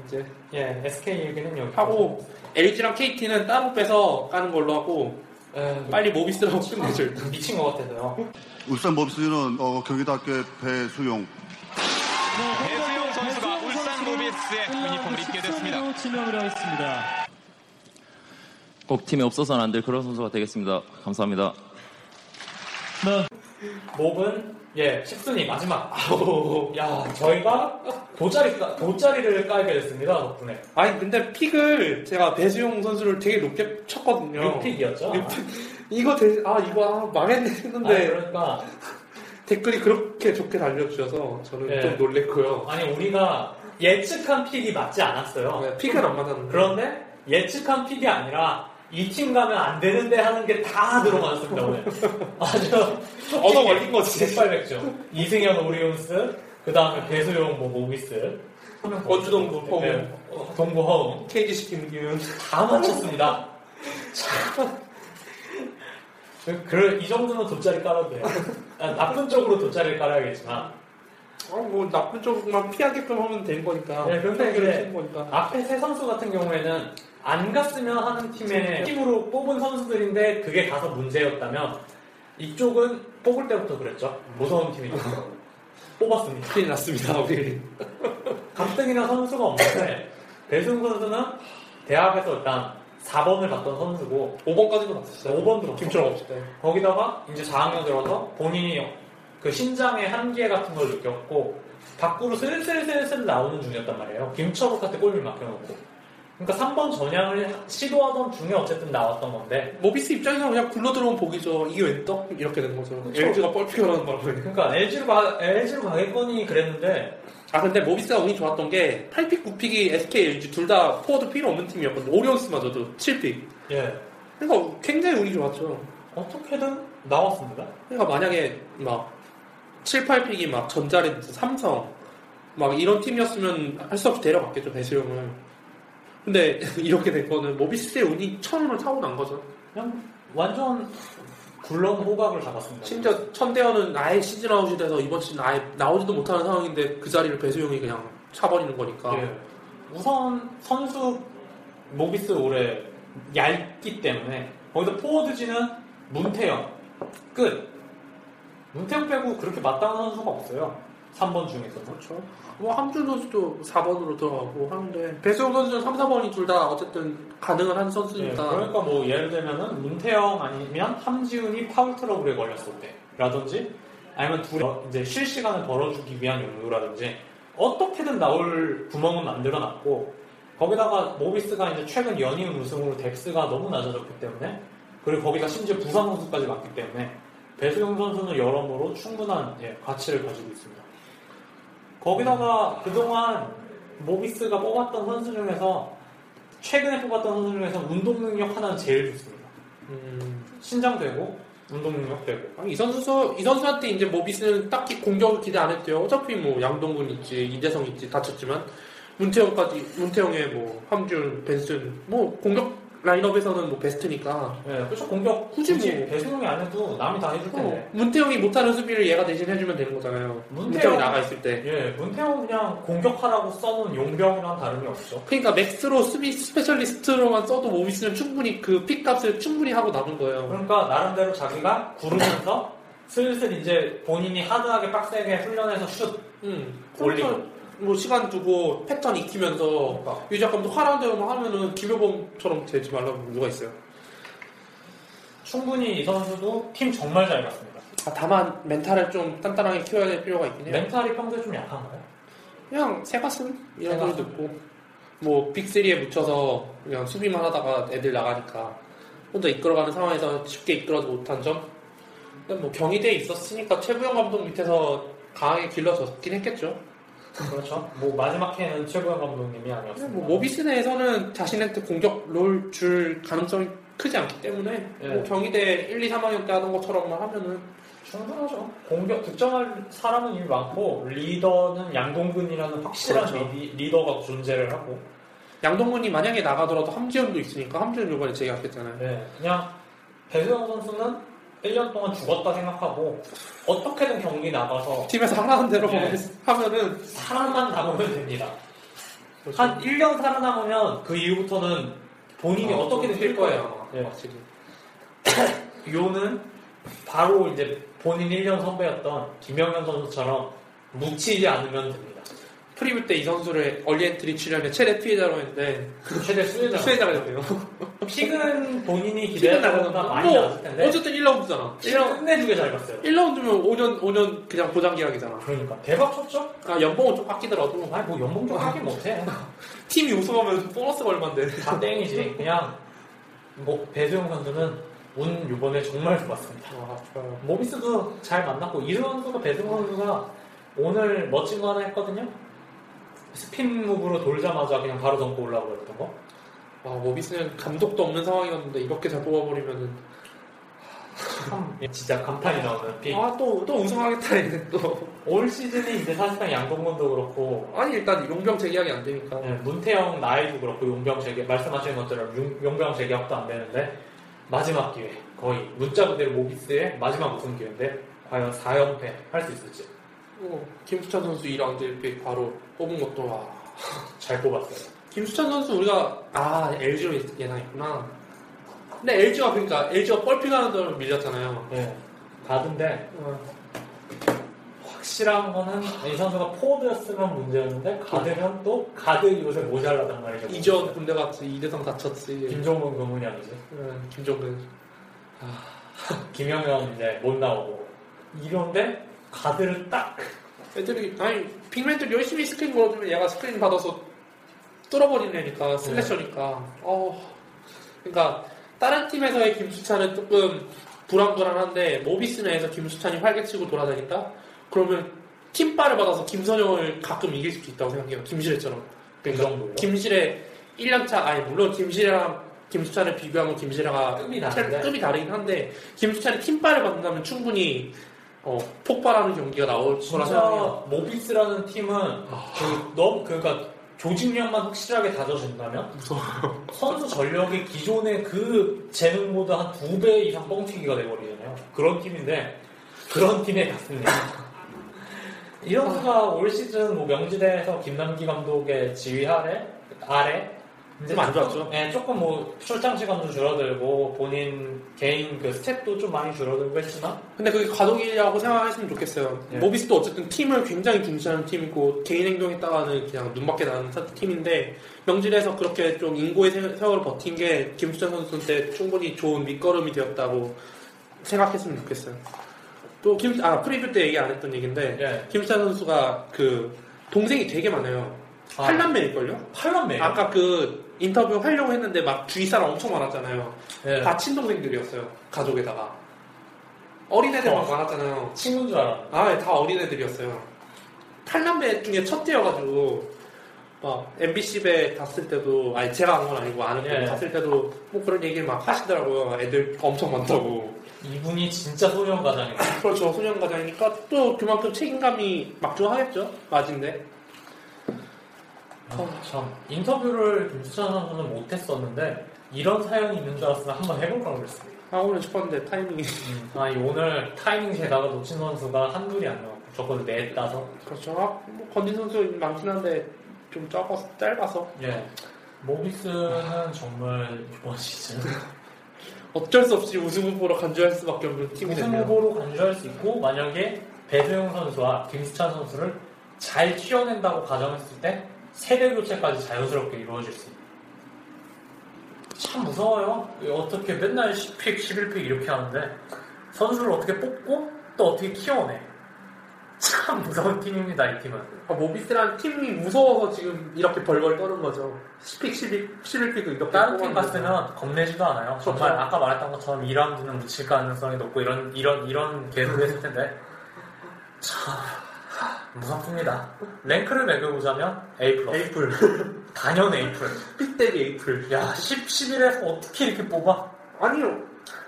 Speaker 6: 이제
Speaker 5: 예, SK 얘기는 여기.
Speaker 6: 음. 하고 LG랑 KT는 따로 빼서 까는 걸로 하고 에, 빨리 모비스라고 끝내죠 일단.
Speaker 5: 미친 것 같아서요.
Speaker 10: 울산 몹스는 어, 경기대학교 배수용
Speaker 8: 배수용 선수가 울산 모비스의 유니폼을 입게 됐습니다.
Speaker 11: 아, 지명을 하였습니다.
Speaker 13: 꼭 팀에 없어서는 안 될 그런 선수가 되겠습니다. 감사합니다.
Speaker 5: 몹은 예 10순위 마지막. 아우, 야 저희가 돗자리 까- 돗자리를 깔게 됐습니다 덕분에.
Speaker 6: 아니 근데 픽을 제가 배수용 선수를 되게 높게 쳤거든요.
Speaker 5: 빅픽이었죠?
Speaker 6: 이거 되, 아 이거 아, 망했네
Speaker 5: 아니,
Speaker 6: 했는데
Speaker 5: 그러니까
Speaker 6: 댓글이 그렇게 좋게 달려주셔서 저는
Speaker 5: 예.
Speaker 6: 좀 놀랬고요.
Speaker 5: 아니 우리가 예측한 픽이 맞지
Speaker 6: 아.
Speaker 5: 않았어요.
Speaker 6: 네, 픽은 안 맞았는데.
Speaker 5: 그런데 예측한 픽이 아니라 이 팀 가면 안 되는데 하는 게 다 들어맞았습니다
Speaker 6: <laughs>
Speaker 5: 오늘. 아주
Speaker 6: 얻어 걸린 거지.
Speaker 5: 백발백죠. 이승현 오리온스, 그 다음에 배소용 뭐 모비스, 뭐, 네.
Speaker 6: 원주동부 뭐. 허웅,
Speaker 5: 동부 허웅,
Speaker 6: KGC 김기훈
Speaker 5: 다 맞췄습니다. 참. 그, 이 정도면 돗자리 깔아도 돼요. 아, 나쁜 쪽으로 돗자리를 깔아야겠지만.
Speaker 6: 아, 뭐 나쁜 쪽만 피하게끔 하면 되는 거니까.
Speaker 5: 네, 그런데
Speaker 6: 해결을
Speaker 5: 이제
Speaker 6: 하는 거니까.
Speaker 5: 앞에 세 선수 같은 경우에는 안 갔으면 하는 팀의 팀으로 뽑은 선수들인데 그게 가서 문제였다면 이쪽은 뽑을 때부터 그랬죠. 무서운
Speaker 6: <laughs>
Speaker 5: 팀이니까. 뽑았습니다.
Speaker 6: 큰일 났습니다, 우리.
Speaker 5: <laughs> 감등이나 선수가 없는데 배승 선수는 대학에서 일단 4번을 받던 선수고
Speaker 6: 5번까지도 봤었어요.
Speaker 5: 5번도 봤
Speaker 6: 김철호 없을 때.
Speaker 5: 거기다가 이제 4학년 들어서 본인이 그 신장의 한계 같은 걸 느꼈고 밖으로 슬슬슬슬 나오는 중이었단 말이에요. 김철욱한테 골밀 막혀놓고. 그러니까 3번 전향을 시도하던 중에 어쨌든 나왔던 건데
Speaker 6: 모비스 입장에서 그냥 굴러 들어온 복이죠. 이게 웬 떡? 이렇게 된 거죠. LG가 뻘피어라는 바람에.
Speaker 5: 그러니까 LG로 가, LG로 가겠거니 그랬는데
Speaker 6: 아 근데 모비스가 운이 좋았던 게 8픽, 9픽이 SK, LG 둘 다 포워드 필요 없는 팀이었거든요. 오리온스마저도 7픽.
Speaker 5: 예
Speaker 6: 그러니까 굉장히 운이 좋았죠.
Speaker 5: 어떻게든 나왔습니다.
Speaker 6: 그러니까 만약에 막 7, 8픽이 막 전자랜드, 삼성 막 이런 팀이었으면 할 수 없이 데려갔겠죠 배수용을. 근데 <laughs> 이렇게 된 거는 모비스의 운이 천운을 타고 난 거죠.
Speaker 5: 그냥 완전 굴러온 호각을 잡았습니다.
Speaker 6: 심지어 천대현은 아예 시즌 아웃이 돼서 이번 시즌 아예 나오지도 못하는 상황인데 그 자리를 배수용이 그냥 차버리는 거니까.
Speaker 5: 예. 우선 선수 모비스 올해 얇기 때문에 거기서 포워드진은 문태영 끝 문태영 빼고 그렇게 마땅한 선수가 없어요 3번 중에서는
Speaker 6: 그렇죠 뭐 함준 선수도 4번으로 들어가고 하는데 배수용 선수는 3, 4번이 둘 다 어쨌든 가능한 한 선수니까
Speaker 5: 그러니까 뭐 예를 들면은 문태영 아니면 함지훈이 파울 트러블에 걸렸을 때라든지 아니면 둘이 이제 쉴 시간을 벌어주기 위한 용도라든지 어떻게든 나올 구멍은 만들어놨고 거기다가 모비스가 이제 최근 연이은 우승으로 덱스가 너무 낮아졌기 때문에 그리고 거기다 심지어 부상 선수까지 맞기 때문에 배수용 선수는 여러모로 충분한 예, 가치를 가지고 있습니다. 거기다가 그동안 모비스가 뽑았던 선수 중에서 최근에 뽑았던 선수 중에서 운동 능력 하나는 제일 좋습니다. 신장되고 운동 능력 되고.
Speaker 6: 음. 아니, 이 선수 이 선수한테 이제 모비스는 딱히 공격을 기대 안 했대요. 어차피 뭐 양동근 있지 이대성 있지 다쳤지만 문태영까지 문태영의 뭐 함준 벤슨 뭐 공격 라인업에서는 뭐 베스트니까.
Speaker 5: 예, 그렇죠 공격
Speaker 6: 굳이
Speaker 5: 굳이
Speaker 6: 뭐
Speaker 5: 배수용이 안 해도 남이 다 해줄 텐데.
Speaker 6: 어, 문태영이 못하는 수비를 얘가 대신 해주면 되는 거잖아요.
Speaker 5: 네. 문태영-
Speaker 6: 문태영이 나가 있을 때.
Speaker 5: 예, 문태호 그냥 공격하라고 써놓은 용병이랑 다름이 없죠.
Speaker 6: 그러니까 맥스로 수비 스페셜리스트로만 써도 모비스는 충분히 그 픽값을 충분히 하고 남은 거예요.
Speaker 5: 그러니까 나름대로 자기가 구르면서 슬슬 이제 본인이 하드하게 빡세게 훈련해서 슛 올리고.
Speaker 6: 음, 뭐 시간 두고 패턴 익히면서 유작 감독 하라는 대로만 하면은 김효범처럼 되지 말라고 뭐 누가 있어요?
Speaker 5: 충분히 이 선수도 팀 정말 잘 갔습니다.
Speaker 6: 아, 다만 멘탈을 좀 단단하게 키워야 될 필요가 있긴 해요. <laughs>
Speaker 5: 멘탈이 평소에 좀 약한가요?
Speaker 6: 그냥 세바슨이라는 소리 듣고 뭐 빅3에 묻혀서 그냥 수비만 하다가 애들 나가니까 혼자 이끌어가는 상황에서 쉽게 이끌어도 못한 점 근데 뭐 경희대에 있었으니까 최부영 감독 밑에서 강하게 길러졌긴 했겠죠
Speaker 5: 그렇죠. 뭐 마지막 해는 최고영 감독님이
Speaker 6: 근데
Speaker 5: 아니었습니다.
Speaker 6: 뭐 모비스 내에서는 자신한테 공격 롤 줄 가능성이 크지 않기 때문에
Speaker 5: 예.
Speaker 6: 뭐 경희대 1, 2, 3학년 때 하던 것처럼만 하면은
Speaker 5: 충분하죠. 공격 득점할 사람은 이미 많고 리더는 양동근이라는 확실한
Speaker 6: 그렇죠.
Speaker 5: 리더가 존재를 하고
Speaker 6: 양동근이 만약에 나가더라도 함지훈도 있으니까 함지훈 요번에 제기했잖아요.
Speaker 5: 네, 그냥 배수영 선수는 1년 동안 죽었다 생각하고 어떻게든 경기 나가서
Speaker 6: 팀에서 하라는 대로
Speaker 5: 예.
Speaker 6: 하면은
Speaker 5: 살아만 남으면 됩니다.
Speaker 6: 그렇죠.
Speaker 5: 한 1년 살아남으면 그 이후부터는 본인이
Speaker 6: 아, 그렇죠.
Speaker 5: 어떻게든 뛸 거예요. 예. 요는 바로 이제 본인 1년 선배였던 김영현 선수처럼 묻히지 않으면 됩니다.
Speaker 6: 프리뷰 때 이 선수를 얼리엔트리 출연에 최대 피해자로 했는데
Speaker 5: 최대 수혜자.
Speaker 6: 수혜자가 됐네요.
Speaker 5: 픽은 본인이
Speaker 6: 피가
Speaker 5: 기대했던
Speaker 6: 나가는
Speaker 5: 것보다
Speaker 6: 거.
Speaker 5: 많이
Speaker 6: 뭐,
Speaker 5: 나왔을 텐데
Speaker 6: 어쨌든 1라운드잖아.
Speaker 5: 실력 끝내주게 잘 봤어요.
Speaker 6: 1라운드면 5년 5년 그냥 보장 계약이잖아.
Speaker 5: 그러니까 대박 쳤죠?
Speaker 6: 아 연봉은 좀 깎이더라도
Speaker 5: 아니 뭐 연봉 좀 하긴 못해.
Speaker 6: 팀이 우승하면 <laughs> 보너스가 얼마인데.
Speaker 5: 다 땡이지. 그냥 뭐 배수영 선수는 운 요번에 정말 좋았습니다.
Speaker 6: 아,
Speaker 5: 모비스도 잘 만났고 이승 선수가 배수영 선수가 오늘 멋진 거 하나 했거든요. 스핀 무브로 돌자마자 그냥 바로 던고 올라오고 했던 거.
Speaker 6: 와 아, 모비스는 감독도 없는 상황이었는데 이렇게 잘 뽑아버리면은
Speaker 5: 참 진짜 간판이 나오는 픽.
Speaker 6: 아또또 우승하겠다 이제 또.
Speaker 5: 올 시즌이 이제 사실상 양동근도 그렇고
Speaker 6: <laughs> 아니 일단 용병 재계약이 안 되니까
Speaker 5: 네, 문태영 나이도 그렇고 용병 재계 말씀하신 것처럼 용, 용병 재계약도 안 되는데 마지막 기회 거의 문자 그대로 모비스의 마지막 우승 기회인데 과연 4연패 할 수 있을지
Speaker 6: 어, 김수찬 선수 2라운드 1픽 바로 뽑은 것도 아, 와.
Speaker 5: 잘 뽑았어요.
Speaker 6: 김수찬 선수 우리가 아 LG로 예상했구나. 근데 LG가 그러니까 LG가 뻘핑하는 대로 밀렸잖아요.
Speaker 5: 네. 가든데
Speaker 6: 어,
Speaker 5: 확실한 거는 이 선수가 포드였으면 문제였는데 가드면 또 가드 요새 모자라단 말이죠.
Speaker 6: 이전 군대 갔지 이대성 다쳤지.
Speaker 5: 김종문 교문양이지.
Speaker 6: 네, 김종근.
Speaker 5: 김영현 이제 못 나오고 이런데 가드를 딱
Speaker 6: 애들이 아니 빅맨들 열심히 스크린 걸어주면 얘가 스크린 받아서 뚫어버리는 애니까 슬래셔니까.
Speaker 5: 네.
Speaker 6: 어. 그러니까 다른 팀에서의 김수찬은 조금 불안불안한데 모비스 내에서 김수찬이 활개치고 돌아다닌다. 그러면 팀빨을 받아서 김선영을 가끔 이길 수도 있다고 생각해요. 김시래처럼. 그러니까
Speaker 5: 그 정도요.
Speaker 6: 김실의 1년차 아니 물론 김실이랑 김수찬을 비교하면 김실이가
Speaker 5: 급이 다른데.
Speaker 6: 급이 다르긴 한데 김수찬이 팀빨을 받는다면 충분히 어, 폭발하는 경기가 나올 거라 생각해요. 아.
Speaker 5: 진짜 모비스라는 팀은 그 너무 그러니까 조직력만 확실하게 다져진다면 선수 전력이 기존의 그 재능보다 한 두 배 이상 뻥튀기가 돼버리잖아요. 그런 팀인데 그런 팀에
Speaker 6: <laughs>
Speaker 5: 갔습니다. 이 선수가 올 시즌 뭐 명지대에서 김남기 감독의 지휘 아래 아래
Speaker 6: 좀안 좋았죠.
Speaker 5: 네, 조금 뭐 출장 시간도 줄어들고 본인 개인 그 스텝도 좀 많이 줄어들고 했지만
Speaker 6: 근데 그게 과도기라고 생각했으면 좋겠어요.
Speaker 5: 예.
Speaker 6: 모비스도 어쨌든 팀을 굉장히 중시하는 팀이고 개인 행동에 따라는 그냥 눈밖에 나는 사- 팀인데 명질에서 그렇게 좀 인고의 세- 세월을 버틴 게 김수찬 선수한테 충분히 좋은 밑거름이 되었다고 생각했으면 좋겠어요. 또 김 아 프리뷰 때 얘기 안 했던 얘기인데
Speaker 5: 예.
Speaker 6: 김수찬 선수가 그 동생이 되게 많아요.
Speaker 5: 아. 네.
Speaker 6: 팔남매일걸요?
Speaker 5: 8년 매
Speaker 6: 아까 그 인터뷰 하려고 했는데 막 주위 사람 엄청 많았잖아요.
Speaker 5: 예.
Speaker 6: 다 친동생들이었어요. 가족에다가. 어린애들 막
Speaker 5: 어.
Speaker 6: 많았잖아요.
Speaker 5: 친구인 줄 알았는데
Speaker 6: 아, 예, 다 어린애들이었어요. 팔남매 중에 첫째여가지고, 막, MBC에 갔을 때도, 아니, 제가 간 건 아니고, 아는 분
Speaker 5: 예.
Speaker 6: 갔을 때도, 뭐 그런 얘기를 막 하시더라고요. 애들 엄청
Speaker 5: 어.
Speaker 6: 많다고.
Speaker 5: 이분이 진짜 소년 과장이에요.
Speaker 6: 그렇죠. 소년과장이니까 또 그만큼 책임감이 막중하겠죠. 맞은데.
Speaker 5: 어, 참 인터뷰를 김수찬 선수는 못했었는데 이런 사연이 있는 줄 알았으면 한번 해볼까 그랬습니다.
Speaker 6: 아, 오늘 싶었는데, 타이밍이.
Speaker 5: 아, 이 오늘 타이밍 재다가 놓친 선수가 한둘이 안 나왔고 저건 넷 따서
Speaker 6: <laughs> 그렇죠. 아, 뭐 건진 선수 많긴 한데, 좀 적어서, 짧아서.
Speaker 5: 예 모비스는 정말 이번 시즌
Speaker 6: 어쩔 수 없이 우승 후보로 간주할 수밖에 없는 팀이
Speaker 5: 우승
Speaker 6: 됐네요.
Speaker 5: 후보로 간주할 수 있고 만약에 배수영 선수와 김수찬 선수를 잘 키워낸다고 가정했을 때 세대 교체까지 자연스럽게 이루어질 수 있는 참 무서워요 어떻게 맨날 10픽, 11픽 이렇게 하는데 선수를 어떻게 뽑고 또 어떻게 키워내 참 무서운 팀입니다 이 팀은.
Speaker 6: 아, 모비스란 팀이 무서워서 지금 이렇게 벌벌 떠는 거죠. 10픽, 11, 11픽도 이렇게
Speaker 5: 다른 팀
Speaker 6: 뽑았는데.
Speaker 5: 봤으면 겁내지도 않아요. 정말
Speaker 6: 그렇죠.
Speaker 5: 아까 말했던 것처럼 2라운드는 묻힐 가능성이 높고 이런 이런 이런 계획을 했을 텐데 참 무섭습니다. 랭크를 매겨보자면 A 플 에이플. <laughs> 단연 에이플. 빅대비 에이플. 야 10, 11에서 어떻게 이렇게 뽑아?
Speaker 6: 아니요.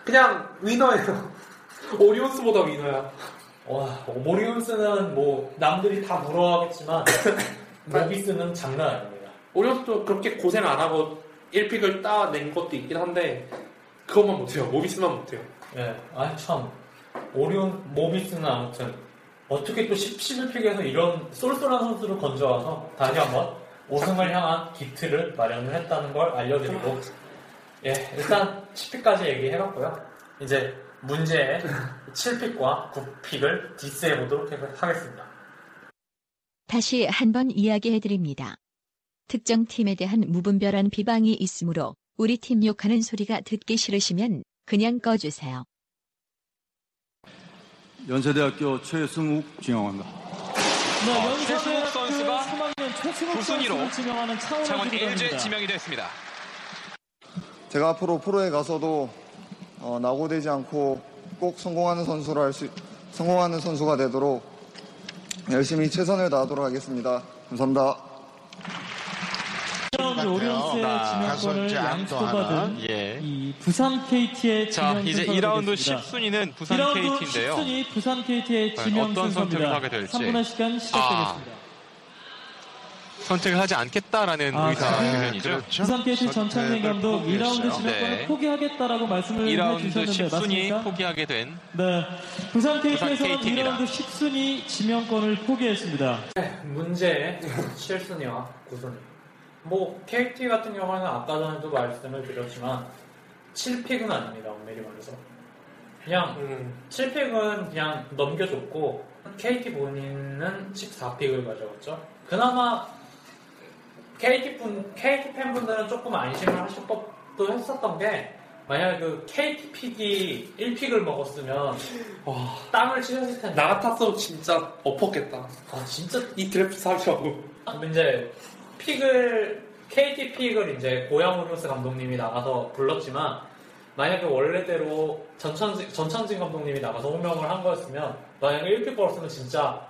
Speaker 6: 그냥 위너예요. <laughs> 오리온스보다 위너야.
Speaker 5: 와 오리온스는 뭐 남들이 다 <laughs> 부러워하겠지만 네. 모비스는 장난 아닙니다.
Speaker 6: 오리온스도 그렇게 고생 안 하고 1픽을 따낸 것도 있긴 한데 그것만 못해요. 모비스만 못해요.
Speaker 5: 예, 아참 오리온 모비스는 아무튼 어떻게 또 11픽에서 이런 쏠쏠한 선수를 건져와서 다시 한번 우승을 향한 기틀을 마련을 했다는 걸 알려드리고 예, 일단 10픽까지 얘기해봤고요. 이제 문제의 7픽과 9픽을 디스해보도록 하겠습니다.
Speaker 14: 다시 한번 이야기해드립니다. 특정 팀에 대한 무분별한 비방이 있으므로 우리 팀 욕하는 소리가 듣기 싫으시면 그냥 꺼주세요.
Speaker 15: 연세대학교 최승욱 진영합니다.
Speaker 11: 연세대학교
Speaker 8: 최승욱 선수가
Speaker 11: 3학년 최승욱
Speaker 8: 부순위로
Speaker 11: 선수를 지명하는
Speaker 8: 창원
Speaker 11: 차원원
Speaker 8: LG
Speaker 11: 기자입니다.
Speaker 8: 지명이 됐습니다.
Speaker 16: 제가 앞으로 프로에 가서도 어, 낙오되지 않고 꼭 성공하는 선수로 할 수, 성공하는 선수가 되도록 열심히 최선을 다하도록 하겠습니다. 감사합니다.
Speaker 11: 오늘 오리온스의 지명권을 양도받은
Speaker 8: 예.
Speaker 11: 이 부산 KT의
Speaker 8: 자,
Speaker 11: 지명
Speaker 8: 이제
Speaker 11: 순서가
Speaker 8: 2라운드
Speaker 11: 되겠습니다.
Speaker 8: 10순위는 부산
Speaker 11: 1라운드
Speaker 8: KT인데요.
Speaker 11: 10순위 부산 KT의
Speaker 8: 과연
Speaker 11: 지명
Speaker 8: 어떤 선택을
Speaker 11: 순서입니다.
Speaker 8: 하게 될지. 아,
Speaker 11: 3분의 시간 시작되겠습니다.
Speaker 8: 선택을 하지 않겠다라는
Speaker 11: 아,
Speaker 8: 의사
Speaker 11: 네,
Speaker 8: 표현이죠.
Speaker 11: 부산 KT 전창민 감독 2라운드 지명권을
Speaker 8: 네.
Speaker 11: 포기하겠다라고 말씀을
Speaker 8: 2라운드
Speaker 11: 해주셨는데
Speaker 8: 10순위
Speaker 11: 맞습니까?
Speaker 8: 포기하게 된
Speaker 11: 네, 부산 KT에서는
Speaker 8: 부산 KT 입니다.
Speaker 11: 2라운드 10순위 지명권을 포기했습니다.
Speaker 5: 네, 문제의 7순위와 9순위. 뭐, KT 같은 경우에는 아까 전에도 말씀을 드렸지만, 7픽은 아닙니다, 엄밀히 말해서. 그냥,
Speaker 6: 음,
Speaker 5: 7픽은 그냥 넘겨줬고, KT 본인은 14픽을 가져갔죠. 그나마, KT 분, KT 팬분들은 조금 안심을 하실 법도 했었던 게, 만약에 그 KT 픽이 1픽을 먹었으면, 땅을 치셨을 텐데.
Speaker 6: 나 같았으면 진짜 엎었겠다.
Speaker 5: 아 진짜
Speaker 6: 이 드래프트 사기하고
Speaker 5: 그럼 이제 픽을 KT 픽을 이제 고양 우루스 감독님이 나가서 불렀지만 만약에 원래대로 전천진, 전천진 감독님이 나가서 호명을 한 거였으면 만약에 1픽 걸었으면 진짜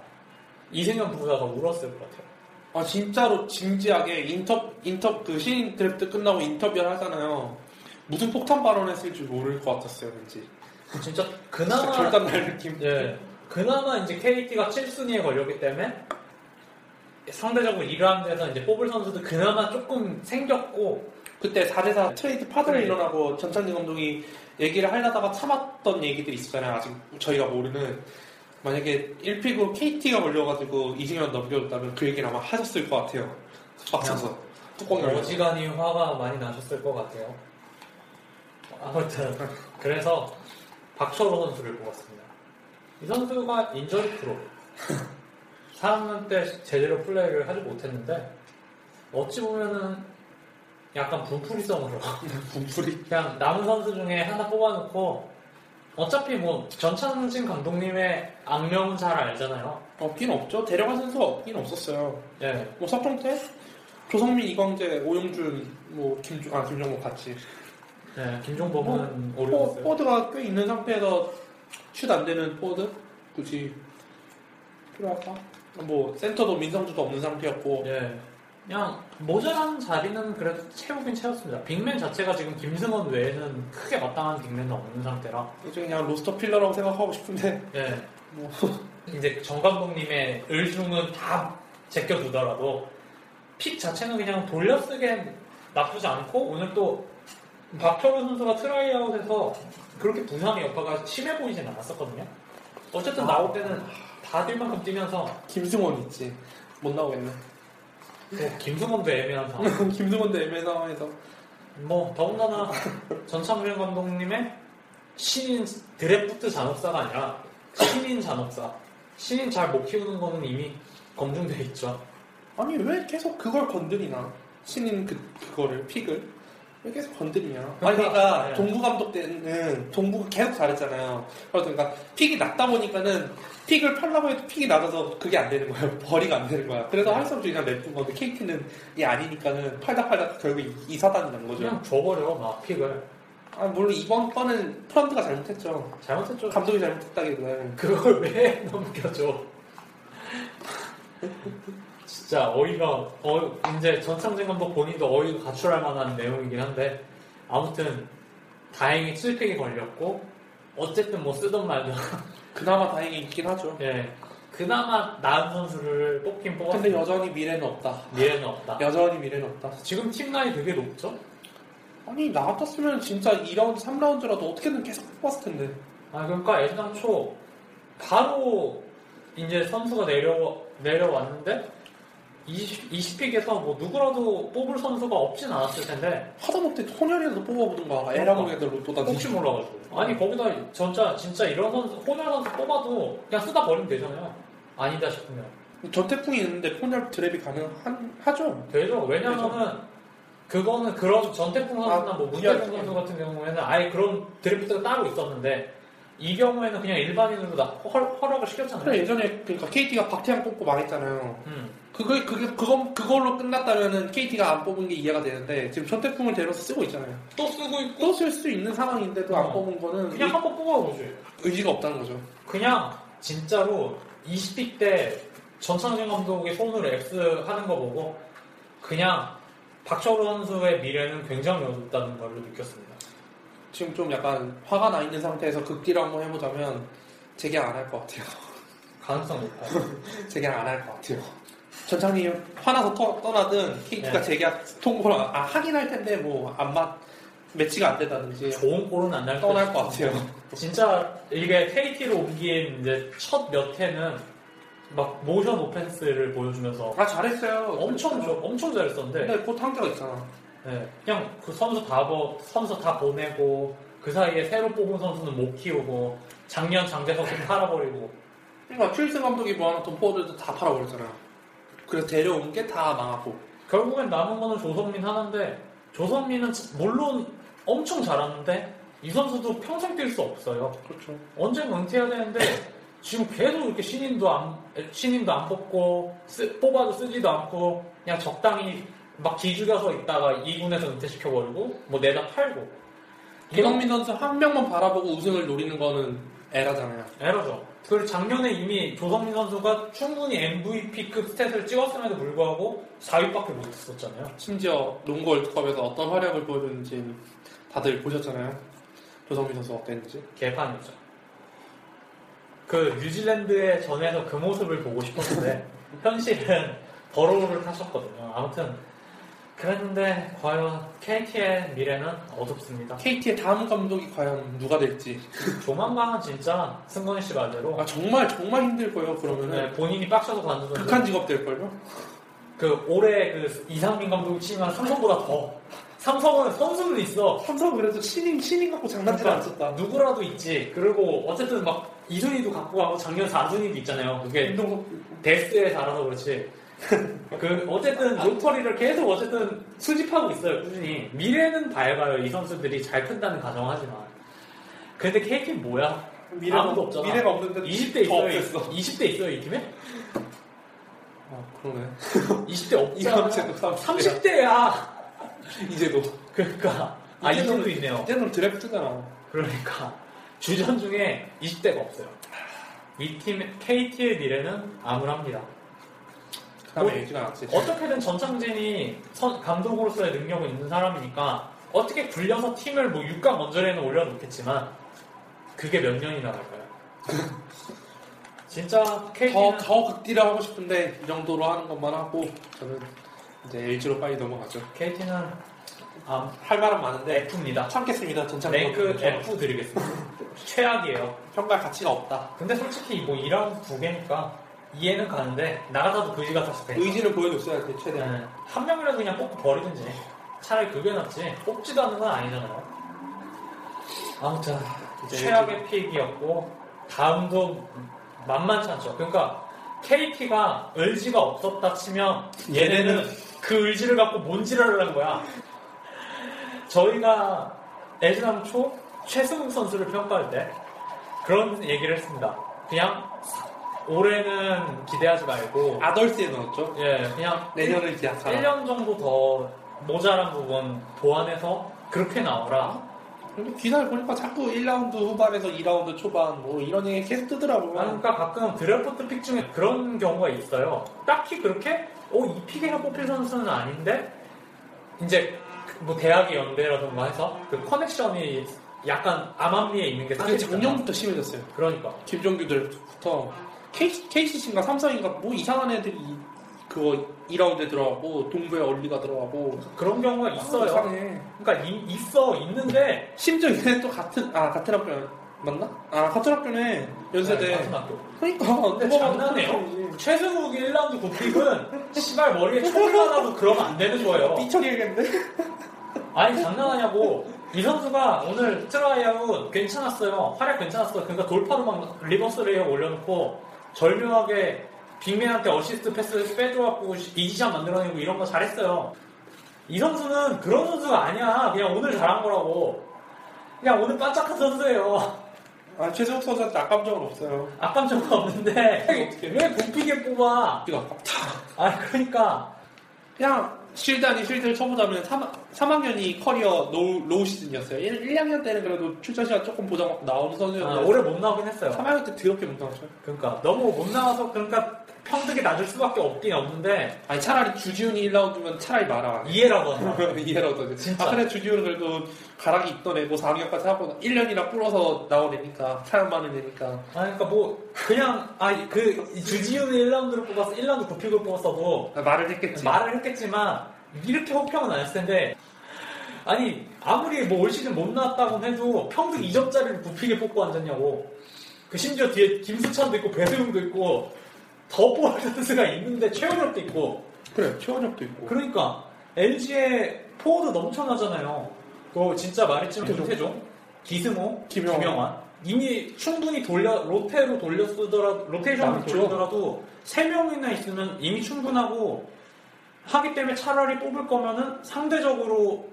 Speaker 5: 이승현 부부가 울었을 것 같아요.
Speaker 6: 아 진짜로 진지하게 인터 인터 그 신인 드래프트 끝나고 인터뷰를 하잖아요. 무슨 폭탄 발언했을 줄 모를 것 같았어요, 왠지.
Speaker 5: 진짜 그나마
Speaker 6: 진짜 절단 날 느낌.
Speaker 5: 아. 예. 그나마 이제 KT가 7순위에 걸렸기 때문에 상대적으로 2라운드에서 이제 뽑을 선수도 그나마 조금 생겼고
Speaker 6: 그때 4대4 트레이드 파드를 일어나고 전찬진 감독이 얘기를 하려다가 참았던 얘기들이 있었잖아요. 아직 저희가 모르는. 만약에 1픽으로 KT가 걸려가지고 이승현 넘겨줬다면 그 얘기는 아마 하셨을 것 같아요. 빡쳐서. 뚜껑
Speaker 5: 네.
Speaker 6: 열고.
Speaker 5: 어지간히 화가 많이 나셨을 것 같아요. 아무튼 그래서 박철호 선수를 뽑았습니다. 이 선수가 인저리 프로 4학년 때 제대로 플레이를 하지 못했는데 어찌 보면은 약간 분풀이성으로
Speaker 6: 분풀이
Speaker 5: 그냥 남은 선수 중에 하나 뽑아놓고 어차피 뭐 전창진 감독님의 악명은 잘 알잖아요.
Speaker 6: 없긴 없죠. 데려간 선수가 없긴 없었어요.
Speaker 5: 예.
Speaker 6: 뭐 서평 때 조성민, 이광재, 오용준, 뭐 김종 아 김종국 같이.
Speaker 5: 네, 김종범은
Speaker 6: 뭐, 포-
Speaker 5: 오리온스.
Speaker 6: 포드가 꽤 있는 상태에서 슛 안 되는 포드 굳이 필요할까? 뭐 센터도 민성주도 없는 상태였고.
Speaker 5: 네. 그냥 모자란 자리는 그래도 채우긴 채웠습니다. 빅맨 자체가 지금 김승원 외에는 크게 마땅한 빅맨은 없는 상태라.
Speaker 6: 이제 그냥 로스터 필러라고 생각하고 싶은데. 뭐
Speaker 5: 예. 이제 정 감독님의 의중은 다 제껴두더라도 픽 자체는 그냥 돌려쓰기엔 나쁘지 않고 오늘 또 박철우 선수가 트라이아웃에서 그렇게 부상의 여파가 심해 보이진 않았었거든요. 어쨌든 나올 때는 다 뛸 만큼 뛰면서
Speaker 6: <laughs> 김승원 있지. 못 나오겠네.
Speaker 5: 뭐 김승원도 애매한 상황.
Speaker 6: <laughs> 김승원도 애매한 상황에서.
Speaker 5: 뭐 더군다나 전창민 감독님의 신인 드래프트 잔업사가 아니라 신인 잔업사 신인 잘 못 키우는 거는 이미 검증돼 있죠
Speaker 6: 아니 왜 계속 그걸 건드리나 신인 그 그거를 픽을 왜 계속 건드리냐? 아니
Speaker 5: 예.
Speaker 6: 그러니까 동부 감독 때는 동부가 계속 잘했잖아요. 그러니까 픽이 낮다 보니까는 픽을 팔라고 해도 픽이 낮아서 그게 안 되는 거예요. <laughs> 벌이가 안 되는 거야.
Speaker 5: 네.
Speaker 6: 그래서 할수 없이 그냥 냅둔 건데 KT는 이 아니니까는 팔다 팔다 결국 이- 이 사단이 난 거죠.
Speaker 5: 그냥 줘버려 막 픽을.
Speaker 6: 아 물론 이번 건은 프런트가 잘못했죠.
Speaker 5: 잘못했죠.
Speaker 6: 감독이 잘못했다기보다는
Speaker 5: 그걸 왜 넘겨줘? 진짜 어이가 어 이제 전창진 감독 본인도 어이가 가출할 만한 내용이긴 한데 아무튼 다행히 7팩이 걸렸고 어쨌든 뭐 쓰던 말도
Speaker 6: 그나마 다행히 있긴 하죠.
Speaker 5: 예 그나마 나은 선수를 뽑긴 뽑았
Speaker 6: 근데 여전히 미래는 없다.
Speaker 5: 미래는 없다.
Speaker 6: 여전히 미래는 없다.
Speaker 5: 지금 팀 라인 되게 높죠?
Speaker 6: 아니 나왔었으면 진짜 2라운드, 3라운드라도 어떻게든 계속 뽑았을 텐데.
Speaker 5: 아 그러니까 애당초 바로 이제 선수가 내려 내려왔는데 20 20픽에서 뭐 누구라도 뽑을 선수가 없진 않았을 텐데
Speaker 6: 하다못해 혼혈이라도 뽑아보든가 그 에라고 애들 로또다지.
Speaker 5: 혹시 몰라가지고 아니 거기다 진짜 진짜 이런 선수 혼혈 선수 뽑아도 그냥 쓰다 버리면 되잖아요 아니다 싶으면
Speaker 6: 저태풍이 뭐 있는데 혼혈 드랩이 가능하죠?
Speaker 5: 되죠 왜냐면은 그거는 그런 전태풍
Speaker 6: 아,
Speaker 5: 선수나 뭐 문태풍 선수 같은 경우에는 아예 그런 드래프트가 따로 있었는데 이 경우에는 그냥 일반인으로 나 허, 허락을 시켰잖아요
Speaker 6: 그래 예전에 그러니까 KT가 박태양 뽑고 망했잖아요.
Speaker 5: 음.
Speaker 6: 그걸 그게 그건 그걸로 끝났다면은 KT가 안 뽑은 게 이해가 되는데 지금 전태풍을 데려서 쓰고 있잖아요.
Speaker 5: 또 쓰고 있고
Speaker 6: 또 쓸 수 있는 상황인데도 안
Speaker 5: 어.
Speaker 6: 뽑은 거는
Speaker 5: 그냥 한 번 뽑아보지.
Speaker 6: 의지가 없다는 거죠.
Speaker 5: 그냥 진짜로 20대 때 전창진 감독의 손으로 X 하는 거 보고 그냥 박철호 선수의 미래는 굉장히 어둡다는 걸 느꼈습니다.
Speaker 6: 지금 좀 약간 화가 나 있는 상태에서 극딜을 한번 해보자면 재계약 안 할 것 같아요.
Speaker 5: 가능성 높아.
Speaker 6: 재계약 안 할 것 같아요. 전창님 화나서 떠, 떠나든 KT가
Speaker 5: 네.
Speaker 6: 재계약 통보를 안- 아, 하긴 할 텐데 뭐 안 맞 매치가 안 된다든지
Speaker 5: 좋은 골은 안 날
Speaker 6: 떠날 것 같아요.
Speaker 5: 진짜 이게 KT로 옮긴 이제 첫 몇 회는 막 모션 오펜스를 보여주면서
Speaker 6: 아 잘했어요. 그렇죠.
Speaker 5: 엄청 좋- 엄청 잘했었는데
Speaker 6: 근데 곧 한계가 있잖아.
Speaker 5: 네, 그냥 그 선수 다 보, 선수 다 보내고 그 사이에 새로 뽑은 선수는 못 키우고 작년 장재석은 팔아버리고
Speaker 6: 그러니까 츄이슨 감독이 모아놓은 돈 포워드도 다 팔아버렸잖아. 그래서 데려온 게 다 망하고.
Speaker 5: 결국엔 남은 거는 조성민 하나인데 조성민은 지- 물론 엄청 잘하는데 이 선수도 평생 뛸 수 없어요.
Speaker 6: 그렇죠.
Speaker 5: 언젠가 은퇴해야 되는데 지금 계속 이렇게 신인도 안 신인도 안 뽑고 쓰- 뽑아도 쓰지도 않고 그냥 적당히 막 기죽여서 있다가 2군에서 은퇴시켜 버리고 뭐 내다 팔고
Speaker 6: 이강민 선수 한 명만 바라보고 우승을 노리는 거는 에라잖아요.
Speaker 5: 에러죠. 그리고 작년에 이미 조성민 선수가 충분히 MVP급 스탯을 찍었음에도 불구하고 4위밖에 못했었잖아요.
Speaker 6: 심지어 농구 월드컵에서 어떤 활약을 보여줬는지 다들 보셨잖아요. 조성민 선수 어땠는지.
Speaker 5: 개판이죠. 그 뉴질랜드의 전에서 그 모습을 보고
Speaker 6: <laughs>
Speaker 5: 싶었는데 현실은 버로우를 타셨거든요. 아무튼 그랬는데 과연 KT의 미래는 어둡습니다.
Speaker 6: KT의 다음 감독이 과연 누가 될지.
Speaker 5: 조만간은 진짜 승건이 씨 말대로
Speaker 6: 아 정말 정말 힘들 거예요. 그러면은
Speaker 5: 네, 본인이 빡쳐서 관두는
Speaker 6: 극한 직업 될 걸요.
Speaker 5: 그 올해 그 이상민 감독이 치면 삼성보다 더 삼성은 선수는 있어 그러니까
Speaker 6: 삼성 그래도 신인 신인 갖고 장난질 안 쳤다.
Speaker 5: 누구라도 있지 그리고 어쨌든 막 이순이도 갖고 가고 작년 4순이도 있잖아요 그게 데스에 달아서 그렇지 <laughs> 그 어쨌든 로터리를 계속 어쨌든 수집하고 있어요 꾸준히 미래는 밝아요 이 선수들이 잘 큰다는 가정하지만 근데 KT 는 뭐야
Speaker 6: 미래가-
Speaker 5: 아무도 없잖아
Speaker 6: 미래가 없는데
Speaker 5: 20대
Speaker 6: 더
Speaker 5: 있어요
Speaker 6: 없앴어.
Speaker 5: 20대 있어요 이
Speaker 6: <laughs>
Speaker 5: 팀에
Speaker 6: 아 그러네.
Speaker 5: 20대 없잖아
Speaker 6: 이건 제도 30대.
Speaker 5: 30대야
Speaker 6: 이제도.
Speaker 5: 그러니까 아
Speaker 6: 이제는-
Speaker 5: 이제도 있네요.
Speaker 6: 이제는 드래프트잖아.
Speaker 5: 그러니까 주전 중에 20대가 없어요. 이 팀 KT의 미래는 암울합니다.
Speaker 6: 그다음에
Speaker 5: 뭐,
Speaker 6: 얘기가 나왔지.
Speaker 5: 어떻게든 전창진이 선- 감독으로서의 능력은 있는 사람이니까 어떻게 굴려서 팀을 뭐 6강 원저리에는 올려놓겠지만 그게 몇 년이나 <laughs> 갈까요? 진짜 KT는
Speaker 6: 더더 극딜을 하고 싶은데 이 정도로 하는 것만 하고 저는 이제 LG로 빨리 넘어가죠.
Speaker 5: KT는
Speaker 6: 할 말은 많은데
Speaker 5: F입니다.
Speaker 6: 참겠습니다. 전창
Speaker 5: 랭크 F
Speaker 6: <laughs>
Speaker 5: 드리겠습니다. 최악이에요.
Speaker 6: 평가할 가치가 없다.
Speaker 5: 근데 솔직히 뭐 2라운드 두 개니까 이해는 가는데 나가다도 그지 같아서 괜찮아.
Speaker 6: 네. 의지를 보여줬어야 돼 최대한.
Speaker 5: 네. 한 명이라도 그냥 뽑고 버리든지 차라리 그게 낫지 뽑지도 않는 건 아니잖아요 아무튼
Speaker 6: 이제
Speaker 5: 최악의 픽이었고 다음도 만만치 않죠 그러니까 KT가 의지가 없었다 치면 얘네는 그 의지를 갖고 뭔지를 하는 거야 저희가 애즈남초 최승욱 선수를 평가할 때 그런 얘기를 했습니다. 그냥 올해는 기대하지 말고
Speaker 6: 아덜스에 넣었죠.
Speaker 5: 예, 그냥
Speaker 6: 내년을 기약하라.
Speaker 5: 1년 정도 더 모자란 부분 보완해서 그렇게 나오라.
Speaker 6: 근데 기사를 보니까 자꾸 1라운드 후반에서 2라운드 초반 뭐 이런 얘기 계속 뜨더라고요.
Speaker 5: 그러니까 가끔 드래프트 픽 중에 그런 경우가 있어요. 딱히 그렇게 어, 이 픽에서 뽑힐 선수는 아닌데 이제 그뭐 대학의 연대라든가 해서 그 커넥션이 약간 암암리에 있는 게
Speaker 6: 근데
Speaker 5: 사실
Speaker 6: 작년부터 심해졌어요.
Speaker 5: 그러니까
Speaker 6: 김종규들부터 KCC인가 삼성인가 뭐 이상한 애들이 그거 2라운드에 들어가고 동부에 얼리가 들어가고
Speaker 5: 그런 경우가 있어요. 그러니까 있어 있는데
Speaker 6: 심지어 얘네 또 같은 아 같은 학교 맞나? 아 같은 학교네 연세대.
Speaker 5: 네, 같은 학교.
Speaker 6: 그러니까 <laughs>
Speaker 5: 근데 장난해요. 최승욱이 1라운드 구픽은 시발 머리에 총이 하나도 그러면 안 되는 거예요.
Speaker 6: 삐쳐리겠는데?
Speaker 5: 아니 장난하냐고. 이 선수가 오늘 트라이아웃 괜찮았어요. 활약 괜찮았어요. 그러니까 돌파로 막 리버스 레이어 올려놓고 절묘하게 빅맨한테 어시스트 패스 빼줘갖고 이지샷 만들어내고 이런 거 잘했어요. 이 선수는 그런 선수가 아니야. 그냥 오늘 잘한 거라고. 그냥 오늘 반짝한 선수예요. <laughs>
Speaker 6: 아 최승욱 선수한테 악감정은 없어요.
Speaker 5: 악감정은 없는데 왜 공피게 뽑아?
Speaker 6: 이거 아깝다.
Speaker 5: 아 그러니까
Speaker 6: 그냥 실드 아닌 실드를 쳐보자면 3, 학년이 커리어 노, 로우 시즌이었어요. 1, 1학년 때는 그래도 출전 시간 조금 보장받고 나오는 선수였는데
Speaker 5: 아, 올해 못 나오긴 했어요.
Speaker 6: 3학년 때 드럽게 못 나왔죠.
Speaker 5: 그러니까 너무 못 나와서 그러니까 평등이 낮을 수밖에 없긴 없는데
Speaker 6: 아니 차라리 주지훈이 1라운드면 차라리 말아.
Speaker 5: 이해라고 하나.
Speaker 6: <laughs> 이해라고 하죠.
Speaker 5: 진짜.
Speaker 6: 아 그래 주지훈은 그래도 가락이 있던 애고 4학년까지 하고 1년이나 불어서 나오려니까 사람 많은 애니까
Speaker 5: 아, 그러니까 뭐 그냥 아그 주지훈 1라운드를 뽑았어 1라운드 뭐 9픽을 뽑았어도
Speaker 6: 말을 했겠지
Speaker 5: 말을 했겠지만 이렇게 호평은 안 했을 텐데 아니 아무리 뭐 올 시즌 못 나왔다고 해도 평등 2점짜리를 9픽에 뽑고 앉았냐고 그 심지어 뒤에 김수찬도 있고 배수용도 있고 더 뽑을 선수가 있는데 최원혁도 있고
Speaker 6: 그래 최원혁도 있고
Speaker 5: 그러니까 LG의 포워드 넘쳐나잖아요 그거 진짜 말했지만
Speaker 6: 김태종.
Speaker 5: 김태종 기승호
Speaker 6: 김영환.
Speaker 5: 김영환 이미 충분히 돌려 로테로 돌려 쓰더라 로테이션을
Speaker 6: 남죠.
Speaker 5: 돌리더라도 그렇죠. 세 명이나 있으면 이미 충분하고 하기 때문에 차라리 뽑을 거면은 상대적으로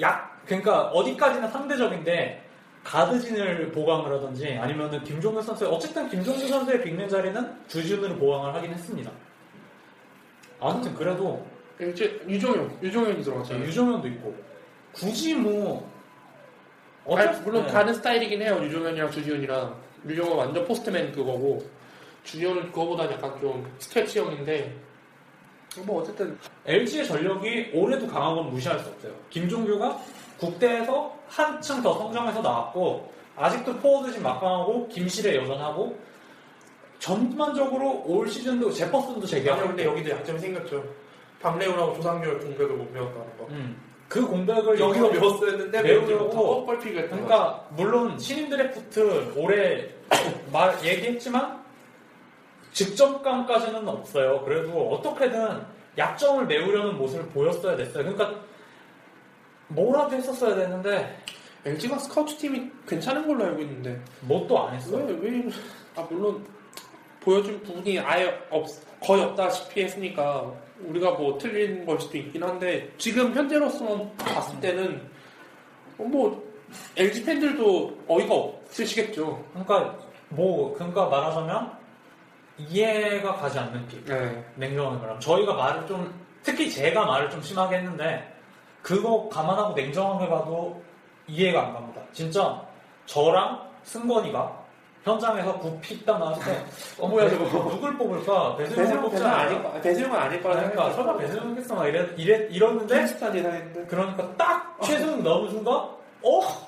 Speaker 5: 약 그러니까 어디까지나 상대적인데 가드진을 보강을 하든지 아니면은 김종규 선수 어쨌든 김종규 선수의 빅맨 자리는 주준으로 보강을 하긴 했습니다. 아무튼 그래도
Speaker 6: 이제 유종현 유종현이 들어갔잖아요.
Speaker 5: 유종현도 있고 굳이 뭐
Speaker 6: 아니, 물론
Speaker 5: 네.
Speaker 6: 다른 스타일이긴 해요. 유종현이랑 주지훈이랑 유종현 완전 포스트맨 그거고 주지훈은 그거보다 약간 좀 스트레치형인데 뭐 어쨌든
Speaker 5: LG의 전력이 올해도 강한 건 무시할 수 없어요. 김종규가 국대에서 한층 더 성장해서 나왔고 아직도 포워드진 막강하고 김실에 여전하고 전반적으로 올 시즌도 제퍼슨도
Speaker 6: 아니
Speaker 5: 제기하고
Speaker 6: 근데 여기도 약점이 생겼죠. 박래훈하고 조상렬 공백을 못 메웠다는 거.
Speaker 5: 그 공백을
Speaker 6: 여기서
Speaker 5: 메-
Speaker 6: 메웠었는데 메우지 못하고
Speaker 5: 메우려고
Speaker 6: 뻘픽을 했던 거.
Speaker 5: 그러니까 물론 신인 드래프트 올해 말 얘기했지만 직접감까지는 없어요. 그래도 어떻게든 약점을 메우려는 모습을 보였어야 됐어요. 그러니까 뭐라도 했었어야 되는데
Speaker 6: LG가 스카우트 팀이 괜찮은 걸로 알고 있는데
Speaker 5: 뭣도 안 했어.
Speaker 6: 왜 왜? 이러- 아 물론 보여준 부분이 아예 없 거의 없다시피 했으니까 우리가 뭐 틀린 걸 수도 있긴 한데 지금 현재로서만 봤을 때는 뭐 LG 팬들도 어이가 없으시겠죠.
Speaker 5: 그러니까 뭐 그러니까 말하자면 이해가 가지 않는 픽.
Speaker 6: 네.
Speaker 5: 냉정하게 말하면 저희가 말을 좀 특히 제가 말을 좀 심하게 했는데 그거 감안하고 냉정하게 봐도 이해가 안 갑니다. 진짜 저랑 승건이가 현장에서 구피 있다 나왔을
Speaker 6: <laughs>
Speaker 5: 때 어, 뭐야 저거 누굴 뽑을까 배수용을
Speaker 6: 배수용
Speaker 5: 뽑지
Speaker 6: 배수용
Speaker 5: 않을까
Speaker 6: 아닐 거- 배수용은 아닐 거라
Speaker 5: 그러니까
Speaker 6: 생각했어.
Speaker 5: 설마 배수용 했어 막 이랬, 이랬, 이랬는데
Speaker 6: 비슷한 예상인데
Speaker 5: 그러니까 딱 최승 넘은 순간 어?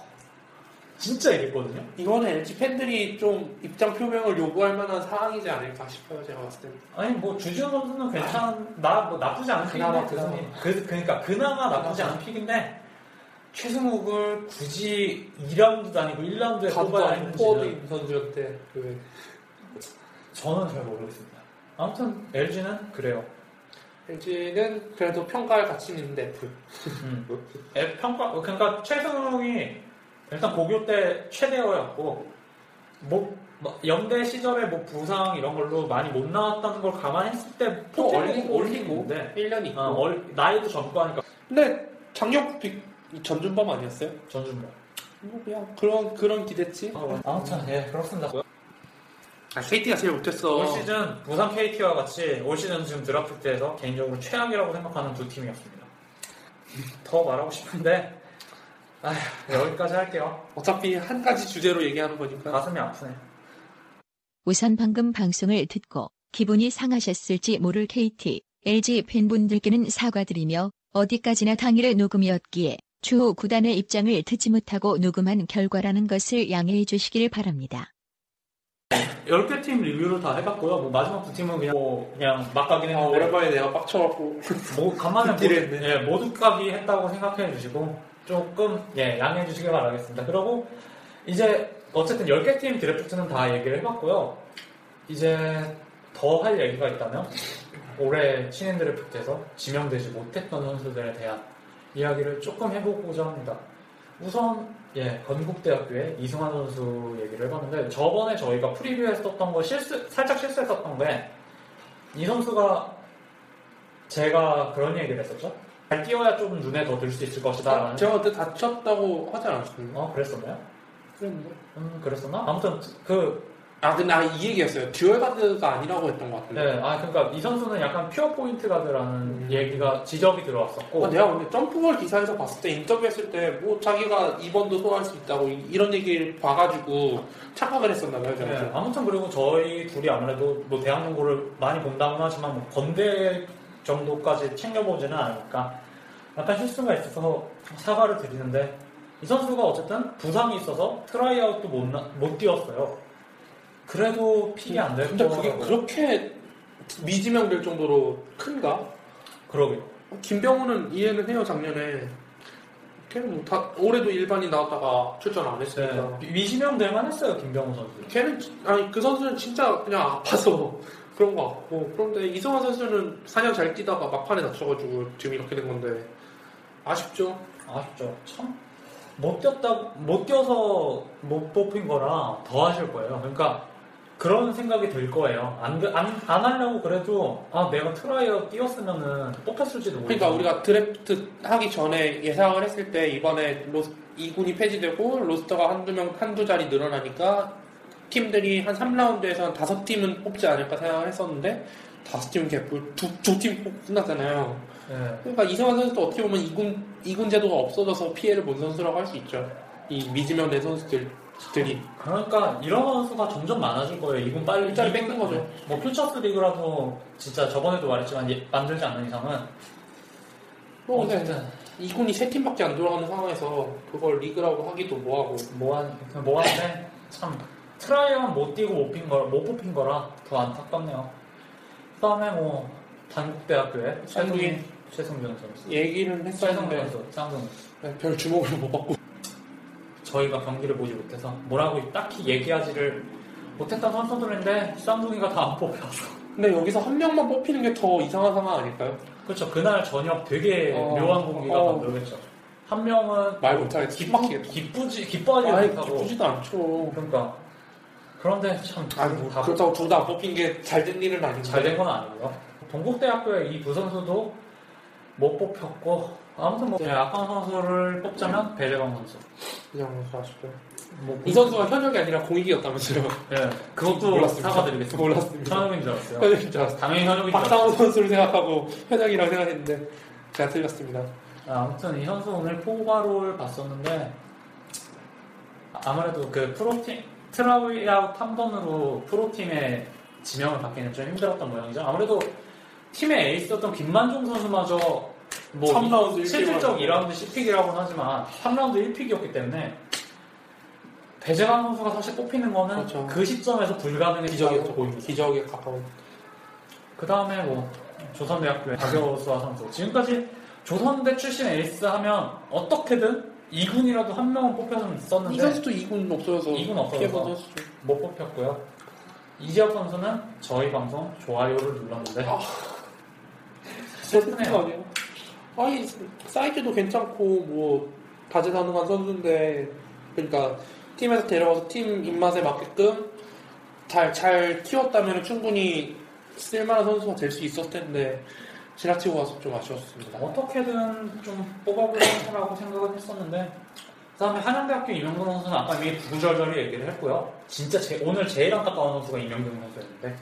Speaker 5: 진짜 이랬거든요.
Speaker 6: 이거는 LG 팬들이 좀 입장 표명을 요구할 만한 상황이지 않을까 싶어요. 제가 봤을 때는.
Speaker 5: 아니 뭐 주지훈 선수는 괜찮 나뭐 나쁘지 않은
Speaker 6: 그나마,
Speaker 5: 픽인데 그
Speaker 6: 그나마.
Speaker 5: 선이. 그 그러니까 그나마 나쁘지 않은 픽인데 최승욱을 굳이 2라운드도 아니고 1라운드에 뽑아야
Speaker 6: 가도
Speaker 5: 하는지
Speaker 6: 포워드 임선주때 그.
Speaker 5: 저는 잘 모르겠습니다. 아무튼 LG는 그래요.
Speaker 6: LG는 그래도 평가할 가치는 있는데 그 F.
Speaker 5: 에, 평가 그러니까 최승욱이 일단 고교 때 최대어였고 뭐, 뭐 연대 시절에 뭐 부상 이런 걸로 많이 못 나왔다는 걸 감안했을 때 어,
Speaker 6: 또
Speaker 5: 포텐 아,
Speaker 6: 올리- 올리고 1년 있고
Speaker 5: 나이도 젊고 하니까
Speaker 6: 근데 작년 빅 이 전준범 아니었어요?
Speaker 5: 전준범.
Speaker 6: 뭐 그냥 그런 그런 기대치.
Speaker 5: 아무튼 예 그렇습니다.
Speaker 6: 아, KT가 제일 못했어.
Speaker 5: 올 시즌 부산 KT와 같이 올 시즌 지금 드라프트에서 개인적으로 최악이라고 생각하는 두 팀이었습니다. 더 말하고 싶은데 아휴, 여기까지 할게요.
Speaker 6: 어차피 한 가지 주제로 얘기하는 거니까
Speaker 5: 가슴이 아프네.
Speaker 14: 우선 방금 방송을 듣고 기분이 상하셨을지 모를 KT, LG 팬분들께는 사과드리며 어디까지나 당일의 녹음이었기에 추후 구단의 입장을 듣지 못하고 녹음한 결과라는 것을 양해해 주시길 바랍니다.
Speaker 5: 10개 팀 리뷰를 다 해봤고요. 뭐 마지막 두 팀은 그냥 뭐 그냥 막가긴
Speaker 6: 아,
Speaker 5: 했는데
Speaker 6: 오랜만에 내가 빡쳐갖고
Speaker 5: 뭐 간만에 모두,
Speaker 6: 듣기를
Speaker 5: 예, 모두 값이 했다고 생각해 주시고 조금 예, 양해해 주시길 바라겠습니다. 그리고 이제 어쨌든 10개 팀 드래프트는 다 얘기를 해봤고요. 이제 더 할 얘기가 있다면 올해 신인 드래프트에서 지명되지 못했던 선수들에 대한 이야기를 조금 해보고자 합니다. 우선 예, 건국대학교의 이승환 선수 얘기를 해봤는데 저번에 저희가 프리뷰했었던 거 실수 살짝 실수했었던 게 이 선수가 제가 그런 얘기를 했었죠. 잘 뛰어야 좀 눈에 더 들 수 있을 것이다.
Speaker 6: 제가 그때 다쳤다고 하지 않았어요?
Speaker 5: 아, 네. 어 그랬었나요?
Speaker 6: 그랬는데.
Speaker 5: 음 그랬었나? 아무튼 그
Speaker 6: 아 근데 아, 이 얘기였어요. 듀얼 가드가 아니라고 했던 것 같은데.
Speaker 5: 네, 아 그러니까 이 선수는 약간 퓨어 포인트 가드라는 얘기가 지적이 들어왔었고
Speaker 6: 음. 아, 내가 근데 점프볼 기사에서 봤을 때 인터뷰했을 때 뭐 자기가 2번도 소화할 수 있다고 이- 이런 얘기를 봐가지고 착각을 했었나 봐요. 저는.
Speaker 5: 네, 아무튼 그리고 저희 둘이 아무래도 뭐 대학농구를 많이 본다고는 하지만 뭐 건대 정도까지 챙겨보지는 않으니까 약간 실수가 있어서 사과를 드리는데 이 선수가 어쨌든 부상이 있어서 트라이아웃도 못, 나- 못 뛰었어요. 그래도 픽이 안 됐고
Speaker 6: 네, 근데 그게 그렇게 미지명될 정도로 큰가?
Speaker 5: 그러게요. 네.
Speaker 6: 김병호는 이해는 해요 작년에. 걔는 뭐 다, 올해도 일반인 나왔다가 출전 안
Speaker 5: 네.
Speaker 6: 했으니까.
Speaker 5: 미지명될 만했어요 김병호 선수.
Speaker 6: 걔는 지- 아니 그 선수는 진짜 그냥 아파서 <laughs> 그런 거 같고 그런데 이성환 선수는 사냥 잘 뛰다가 막판에 다쳐가지고 지금 이렇게 된 건데 아쉽죠.
Speaker 5: 아쉽죠. 참. 못 뛰었다, 못 뛰어서 못 뽑힌 거라 더 아실 거예요. 그러니까 그런 생각이 들 거예요. 안, 그- 안, 안 하려고 그래도 아, 내가 트라이어 뛰었으면은 뽑혔을지도 모르고.
Speaker 6: 그러니까 우리가 드래프트 하기 전에 예상을 했을 때 이번에 로스, 2군이 폐지되고 로스터가 한두 명 한두 자리 늘어나니까 팀들이 한 3라운드에서 한 다섯 팀은 뽑지 않을까 생각을 했었는데 다섯 팀은 개뿔 두팀 끝났잖아요.
Speaker 5: 예.
Speaker 6: 그러니까 이승환 선수도 어떻게 보면 이군 이군 제도가 없어져서 피해를 본 선수라고 할 수 있죠. 이 미지명된 선수들들이
Speaker 5: 그러니까 이런 선수가 점점 많아질 거예요. 이건 빨리
Speaker 6: 일자리
Speaker 5: 이-
Speaker 6: 뺏는 거죠.
Speaker 5: 뭐 퓨처스 리그라도 진짜 저번에도 말했지만 예- 만들지 않는 이상은
Speaker 6: 뭐 근데
Speaker 5: 어쨌든.
Speaker 6: 이군이 세 팀밖에 안 돌아가는 상황에서 그걸 리그라고 하기도 뭐하고
Speaker 5: 뭐한 뭐한데 참 트라이언 못 뛰고 못 뽑힌 거라 못 뽑힌 거라 더 안타깝네요. 그다음에 뭐 단국대학교의
Speaker 6: 한국인.
Speaker 5: 최승준 최승준 선수
Speaker 6: 얘기를
Speaker 5: 최승준
Speaker 6: 했었는데
Speaker 5: 선수 쌍둥이
Speaker 6: 별 주목을 못 받고
Speaker 5: 저희가 경기를 보지 못해서 뭐라고 딱히 얘기하지를 못했던 선수들인데 쌍둥이가 다 안 뽑혀서 <laughs>
Speaker 6: 근데 여기서 한 명만 뽑히는 게 더 이상한 상황 아닐까요?
Speaker 5: 그렇죠 그날 저녁 되게
Speaker 6: 어,
Speaker 5: 묘한 공기가
Speaker 6: 어.
Speaker 5: 만들겠죠. 한 명은
Speaker 6: 말 못하겠어.
Speaker 5: 기쁘 기쁘지 기뻐하지
Speaker 6: 아이,
Speaker 5: 못하고
Speaker 6: 기쁘지도 않죠.
Speaker 5: 그러니까 그런데 참
Speaker 6: 아니 뭐
Speaker 5: 다-
Speaker 6: 그렇다고 둘 다 안 뽑힌 게 잘 된 일은 아닌데
Speaker 5: 잘 된 건 아니고요. 동국대학교의 이 부선수도 못 뽑혔고 아무튼 뭐 아까 선수를 뽑자면 배재광 선수.
Speaker 6: 그냥 아쉽죠. 네.
Speaker 5: 뭐
Speaker 6: 이 선수가 현역이 아니라 공익이었다면서요?
Speaker 5: 예, 그것도
Speaker 6: 몰랐습니다.
Speaker 5: 사과드리겠습니다.
Speaker 6: 몰랐습니다.
Speaker 5: 현역인 줄 알았어요.
Speaker 6: <laughs> 현역인 줄 알았어요.
Speaker 5: 당연히 현역인 줄
Speaker 6: 박상호
Speaker 5: 알았어요.
Speaker 6: 선수를 생각하고 현역이라고 생각했는데 제가 틀렸습니다.
Speaker 5: 아, 아무튼 이 선수 오늘 포바롤 봤었는데 아무래도 그 프로팀 트라이아웃 한 번으로 프로팀의 지명을 받기는 좀 힘들었던 모양이죠. 아무래도 팀의 에이스였던 김만종 선수마저 뭐
Speaker 6: 삼 라운드 일픽
Speaker 5: 실질적
Speaker 6: 맞고.
Speaker 5: 2라운드 10픽이라고는 하지만 3라운드 1픽이었기 때문에 배재강 선수가 사실 뽑히는 거는 그
Speaker 6: 그렇죠.
Speaker 5: 시점에서 불가능해지다고
Speaker 6: 기적이었죠.
Speaker 5: 보입니다.
Speaker 6: 기적에 가까운.
Speaker 5: 그 다음에 뭐 조선대학교의 박여수아 선수 지금까지 조선대 출신 에이스 하면 어떻게든 2군이라도 한 명은 뽑혀서 있었는데
Speaker 6: 이 선수도 2군 없어져서
Speaker 5: 이군 없어져서.
Speaker 6: 피해본 선수죠.
Speaker 5: 못 뽑혔고요 이지혁 선수는 저희 방송 좋아요를 눌렀는데 슬프네요
Speaker 6: 아니에요. 아니 사이즈도 괜찮고 뭐 다재다능한 선수인데 그러니까 팀에서 데려와서 팀 입맛에 맞게끔 잘 잘 키웠다면 충분히 쓸만한 선수가 될 수 있었을 텐데 지나치고 가서 좀 아쉬웠습니다.
Speaker 5: 어떻게든 좀 뽑아보려고 생각은 했었는데 그다음에 한양대학교 이명근 선수는 아까 이미 구구절절히 얘기를 했고요. 진짜 제- 오늘 제일 안타까운 선수가 이명근 선수였는데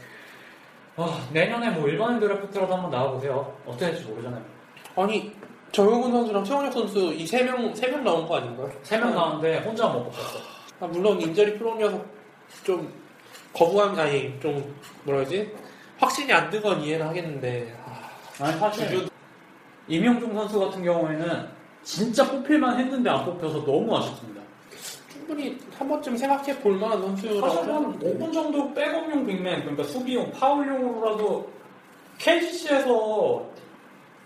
Speaker 5: 아, 내년에 뭐 일반인 드래프트라도 한번 나와보세요. 어떻게 될지 모르잖아요.
Speaker 6: 아니 정용훈 선수랑 최원혁 선수 이 세 명 세 명 나온 거 아닌가요?
Speaker 5: 세 명 나왔는데 혼자 뭐, 못 뽑혔어.
Speaker 6: 아, 물론 인절이 프로녀서 좀 거부감 아니 좀 뭐라 그러지 확신이 안 드건 이해는 하겠는데
Speaker 5: 아니 사실 이명중 선수 같은 경우에는 진짜 뽑힐만 했는데 안 뽑혀서 너무 아쉽습니다.
Speaker 6: 충분히 한 번쯤 생각해 볼 만한 선수라고 네.
Speaker 5: 사실 뭐 한 5분 정도 백업용 빅맨 그러니까 수비용 파울용으로라도 KGC에서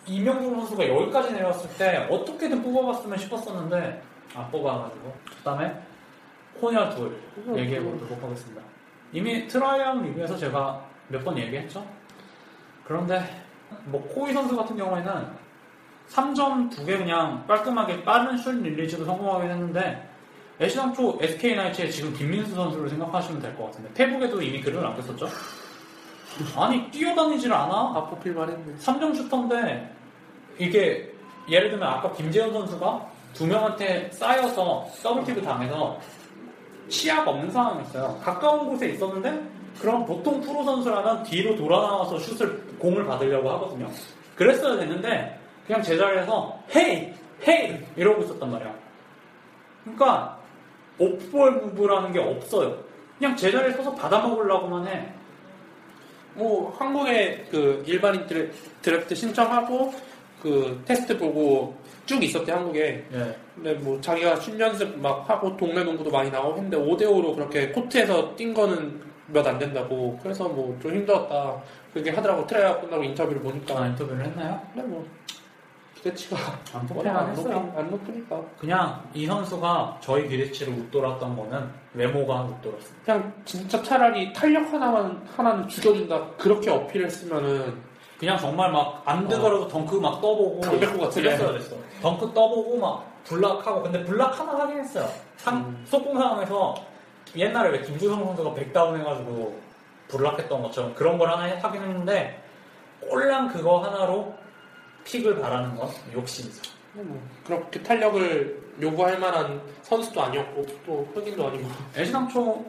Speaker 5: 이명중 선수가 여기까지 내려왔을 때 어떻게든 뽑아봤으면 싶었었는데 안 뽑아가지고 그다음에 혼혈 둘 얘기해보도록 하겠습니다. 이미 트라이언 리그에서 제가 몇 번 얘기했죠. 그런데 뭐 코이 선수 같은 경우에는 3점 두 개 그냥 깔끔하게 빠른 슛 릴리즈로 성공하긴 했는데 애시당초 SK 나이츠의 지금 김민수 선수를 생각하시면 될 것 같은데 페북에도 이미 글을 남겼었죠. 아니 뛰어다니질 않아?
Speaker 6: 아 뽑힐만 했네.
Speaker 5: 3점 슈터인데 이게 예를 들면 아까 김재현 선수가 두 명한테 쌓여서 더블킥을 당해서 시야가 없는 상황이었어요. 가까운 곳에 있었는데 그럼 보통 프로 선수라면 뒤로 돌아 나와서 슛을 공을 받으려고 하거든요. 그랬어야 됐는데 그냥 제자리에서 헤이 헤이 이러고 있었단 말이야. 그러니까 오프볼 무브라는 게 없어요. 그냥 제자리에 서서 받아먹으려고만 해.
Speaker 6: 뭐 한국의 그 일반인 드래- 드래프트 신청하고 그 테스트 보고 쭉 있었대 한국에
Speaker 5: 예.
Speaker 6: 근데 뭐 자기가 슛 연습 막 하고 동네 농구도 많이 나오고 했는데 5대5로 그렇게 코트에서 뛴 거는 몇 안 된다고 그래서 뭐 좀 힘들었다 그렇게 하더라고 트라이아 끝나고 인터뷰를 보니까
Speaker 5: 아, 인터뷰를 했나요?
Speaker 6: 근데 뭐 기대치가
Speaker 5: 안 뽑히긴
Speaker 6: 워낙 안
Speaker 5: 했어요.
Speaker 6: 높으- 안 높으니까
Speaker 5: 그냥 이 선수가 저희 기대치를 못 돌았던 거는 외모가 못 돌았어요.
Speaker 6: 그냥 진짜 차라리 탄력 하나만 하나는 죽여준다 그렇게 어필했으면은
Speaker 5: 그냥 정말 막 안 들어가도 덩크 막 떠보고
Speaker 6: 담배꽃 같은
Speaker 5: 그랬어야
Speaker 6: 애.
Speaker 5: 됐어. 덩크 떠보고 막 블락하고 근데 블락 하나 하긴 했어요. 상, 속공 상황에서 옛날에 왜 김주성 선수가 백다운 해가지고 블락했던 것처럼 그런 걸 하나 하긴 했는데 꼴랑 그거 하나로 픽을 바라는 건 욕심이죠.
Speaker 6: 뭐 그렇게 탄력을 요구할 만한 선수도 아니었고 또 흑인도 아니고
Speaker 5: 애시당초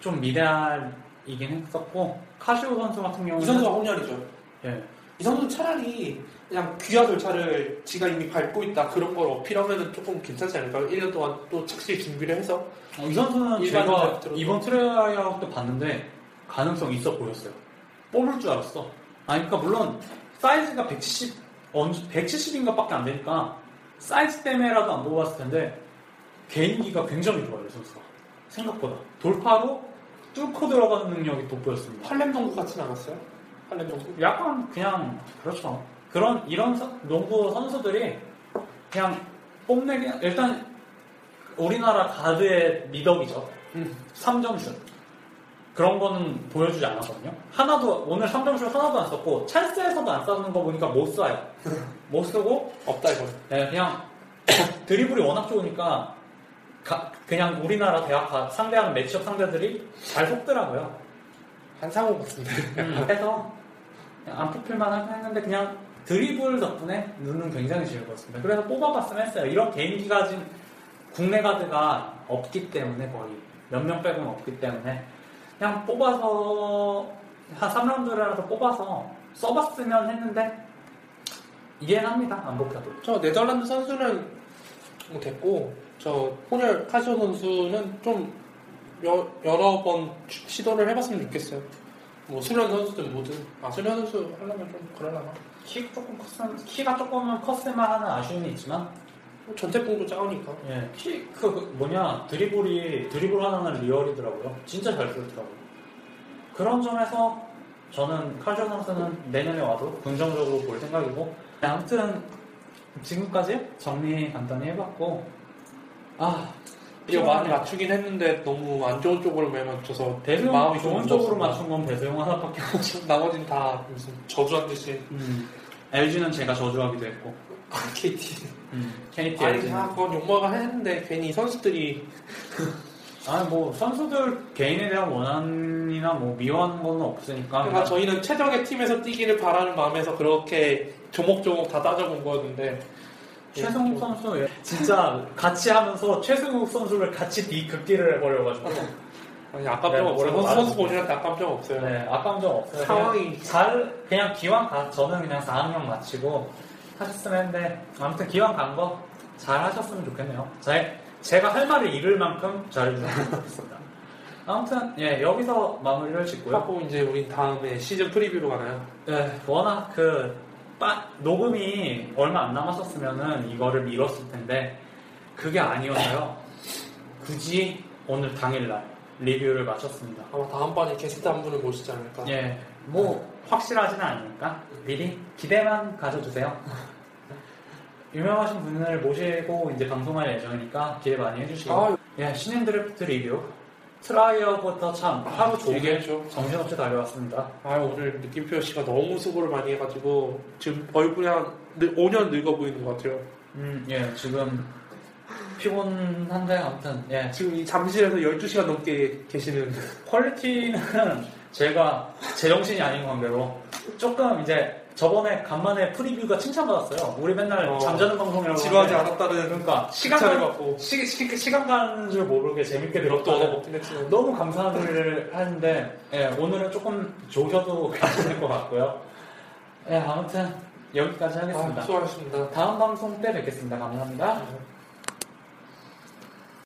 Speaker 5: 좀 미달이긴 했었고 카시오 선수 같은 경우는
Speaker 6: 이 선수가 혼혈이죠.
Speaker 5: 예.
Speaker 6: 이 선수 차라리 그냥 귀하 절차를 지가 이미 밟고 있다 그런 걸 어필하면 조금 괜찮지 않을까요? 1년 동안 또 착실히 준비를 해서
Speaker 5: 어, 이 선수는
Speaker 6: 일반
Speaker 5: 제가
Speaker 6: 드래프트로
Speaker 5: 이번 트레이아웃 때 봤는데 가능성 있어 보였어요. 뽑을 줄 알았어. 아니 그러니까 물론 사이즈가 170 170인가밖에 안 되니까 사이즈 때문에라도 안 뽑았을 텐데 개인기가 굉장히 좋아요 이 선수가 생각보다 돌파로 뚫고 들어가는 능력이 돋보였습니다.
Speaker 6: 할렘 농구 같진 않았어요? 할렘 농구?
Speaker 5: 약간 그냥 그렇죠. 그런 이런 선- 농구 선수들이 그냥 뽐내기 일단 우리나라 가드의 미덕이죠. 3점슛 그런 거는 보여주지 않았거든요. 하나도 오늘 3점슛 하나도 안 썼고 찬스에서도 안 쏘는 거 보니까 못 쏴요. 못 쓰고
Speaker 6: 없다 이거.
Speaker 5: 네, 그냥 <coughs> 드리블이 워낙 좋으니까 가- 그냥 우리나라 대학 가- 상대하는 매치업 상대들이 잘 속더라고요.
Speaker 6: 한상호 같은데.
Speaker 5: 그래서 안 뽑힐만 하긴 했는데 그냥 드리블 덕분에 눈은 굉장히 즐거웠습니다. 그래서 뽑아봤으면 했어요. 이런 개인기가 지금 국내 가드가 없기 때문에 거의 몇 명 빼고는 없기 때문에 그냥 뽑아서 한 3라운드라도 뽑아서 써봤으면 했는데 이해합니다. 안 뽑혀도.
Speaker 6: 저 네덜란드 선수는 뭐 됐고 저 혼혈 카시오 선수는 좀 여, 여러 번 주- 시도를 해봤으면 좋겠어요. 뭐 수련 선수든 뭐든 아 수련 선수 하려면 좀 그러려나.
Speaker 5: 키 조금 컸으면 키가 조금은 컸을 만한 아쉬움이 있지만
Speaker 6: 뭐 전태풍도 작으니까.
Speaker 5: 예, 키, 그, 그 뭐냐, 드리블이, 드리블 하나는 리얼이더라고요. 진짜 잘 쏘더라고요. 그런 점에서 저는 카쇼 선수는 내년에 와도 긍정적으로 볼 생각이고, 네, 아무튼 지금까지 정리 간단히 해봤고, 아,
Speaker 6: 이거 많이 맞추긴 했는데 너무 안 좋은 쪽으로 많이 맞춰서
Speaker 5: 대수용
Speaker 6: 마음이 좀
Speaker 5: 좋은 쪽으로
Speaker 6: 무겁습니다.
Speaker 5: 맞춘 건 배수용 하나밖에 없죠.
Speaker 6: <laughs> 나머지는 다 무슨 저주한 듯이 <laughs>
Speaker 5: LG는 음. 제가 저주하기도 했고,
Speaker 6: KT
Speaker 5: 음, KT
Speaker 6: 아니
Speaker 5: LG는.
Speaker 6: 다 그건 욕먹을 했는데 괜히 선수들이
Speaker 5: 아니 뭐 선수들 개인에 대한 원한이나 뭐 미워하는 건 없으니까
Speaker 6: 그러니까 저희는 최적의 팀에서 뛰기를 바라는 마음에서 그렇게 조목조목 다 따져본 거였는데
Speaker 5: 예. 최승욱 선수 진짜 같이 하면서 최승욱 선수를 같이 비극기를 해버려가지고
Speaker 6: 아니 아깝정 없어요. 선수, 선수 보시는데 아깝정 없어요.
Speaker 5: 네, 아깝정 없어요.
Speaker 6: 상황이-
Speaker 5: 그냥 잘 그냥 기왕 가 저는 그냥 4학년 마치고 하셨으면 했는데 아무튼 기왕 간 거 잘 하셨으면 좋겠네요. 제, 제가 할 말을 잃을 만큼 잘해주셨으면 좋겠습니다. 아무튼 예 여기서 마무리를 짓고요.
Speaker 6: 하고 이제 우린 다음에 시즌 프리뷰로 가나요?
Speaker 5: 네, 워낙 그 빠- 녹음이 얼마 안 남았었으면은 이거를 미뤘을 텐데 그게 아니어서요. 굳이 오늘 당일날 리뷰를 마쳤습니다.
Speaker 6: 아마 다음번에 게스트 한 분을 모시지 않을까.
Speaker 5: 예, 뭐 확실하지는 않으니까 미리 기대만 가져주세요. 유명하신 분을 모시고 이제 방송할 예정이니까 기대 많이 해주시고
Speaker 6: 아유.
Speaker 5: 예, 신인 드래프트 리뷰 트라이어부터 참 하루 종일
Speaker 6: 길게 해줘.
Speaker 5: 정신없이 달려왔습니다.
Speaker 6: 아 오늘 느낌표 씨가 너무 수고를 많이 해가지고 지금 얼굴이 한 늙- 5년 늙어 보이는 것 같아요.
Speaker 5: 음, 예, 지금 피곤한데 아무튼 예.
Speaker 6: 지금 이 잠실에서 12시간 넘게 계시는
Speaker 5: 퀄리티는 제가 제정신이 아닌 관계로 조금 이제 저번에 간만에 프리뷰가 칭찬받았어요. 우리 맨날
Speaker 6: 어,
Speaker 5: 잠자는 방송이라고
Speaker 6: 지루하지
Speaker 5: 하는데
Speaker 6: 않았다는
Speaker 5: 그러니까 시간
Speaker 6: 칭찬을
Speaker 5: 가- 시, 시, 시간 가는 줄 모르게 재밌게
Speaker 6: 또
Speaker 5: 들었다는
Speaker 6: 얻어먹긴 했지만
Speaker 5: 너무 감사한 일을 하는데 예, 오늘은 조금 조셔도 <laughs> 괜찮을 것 같고요. 예, 아무튼 여기까지 하겠습니다.
Speaker 6: 아, 수고하셨습니다. 네.
Speaker 5: 다음 방송 때 뵙겠습니다. 감사합니다.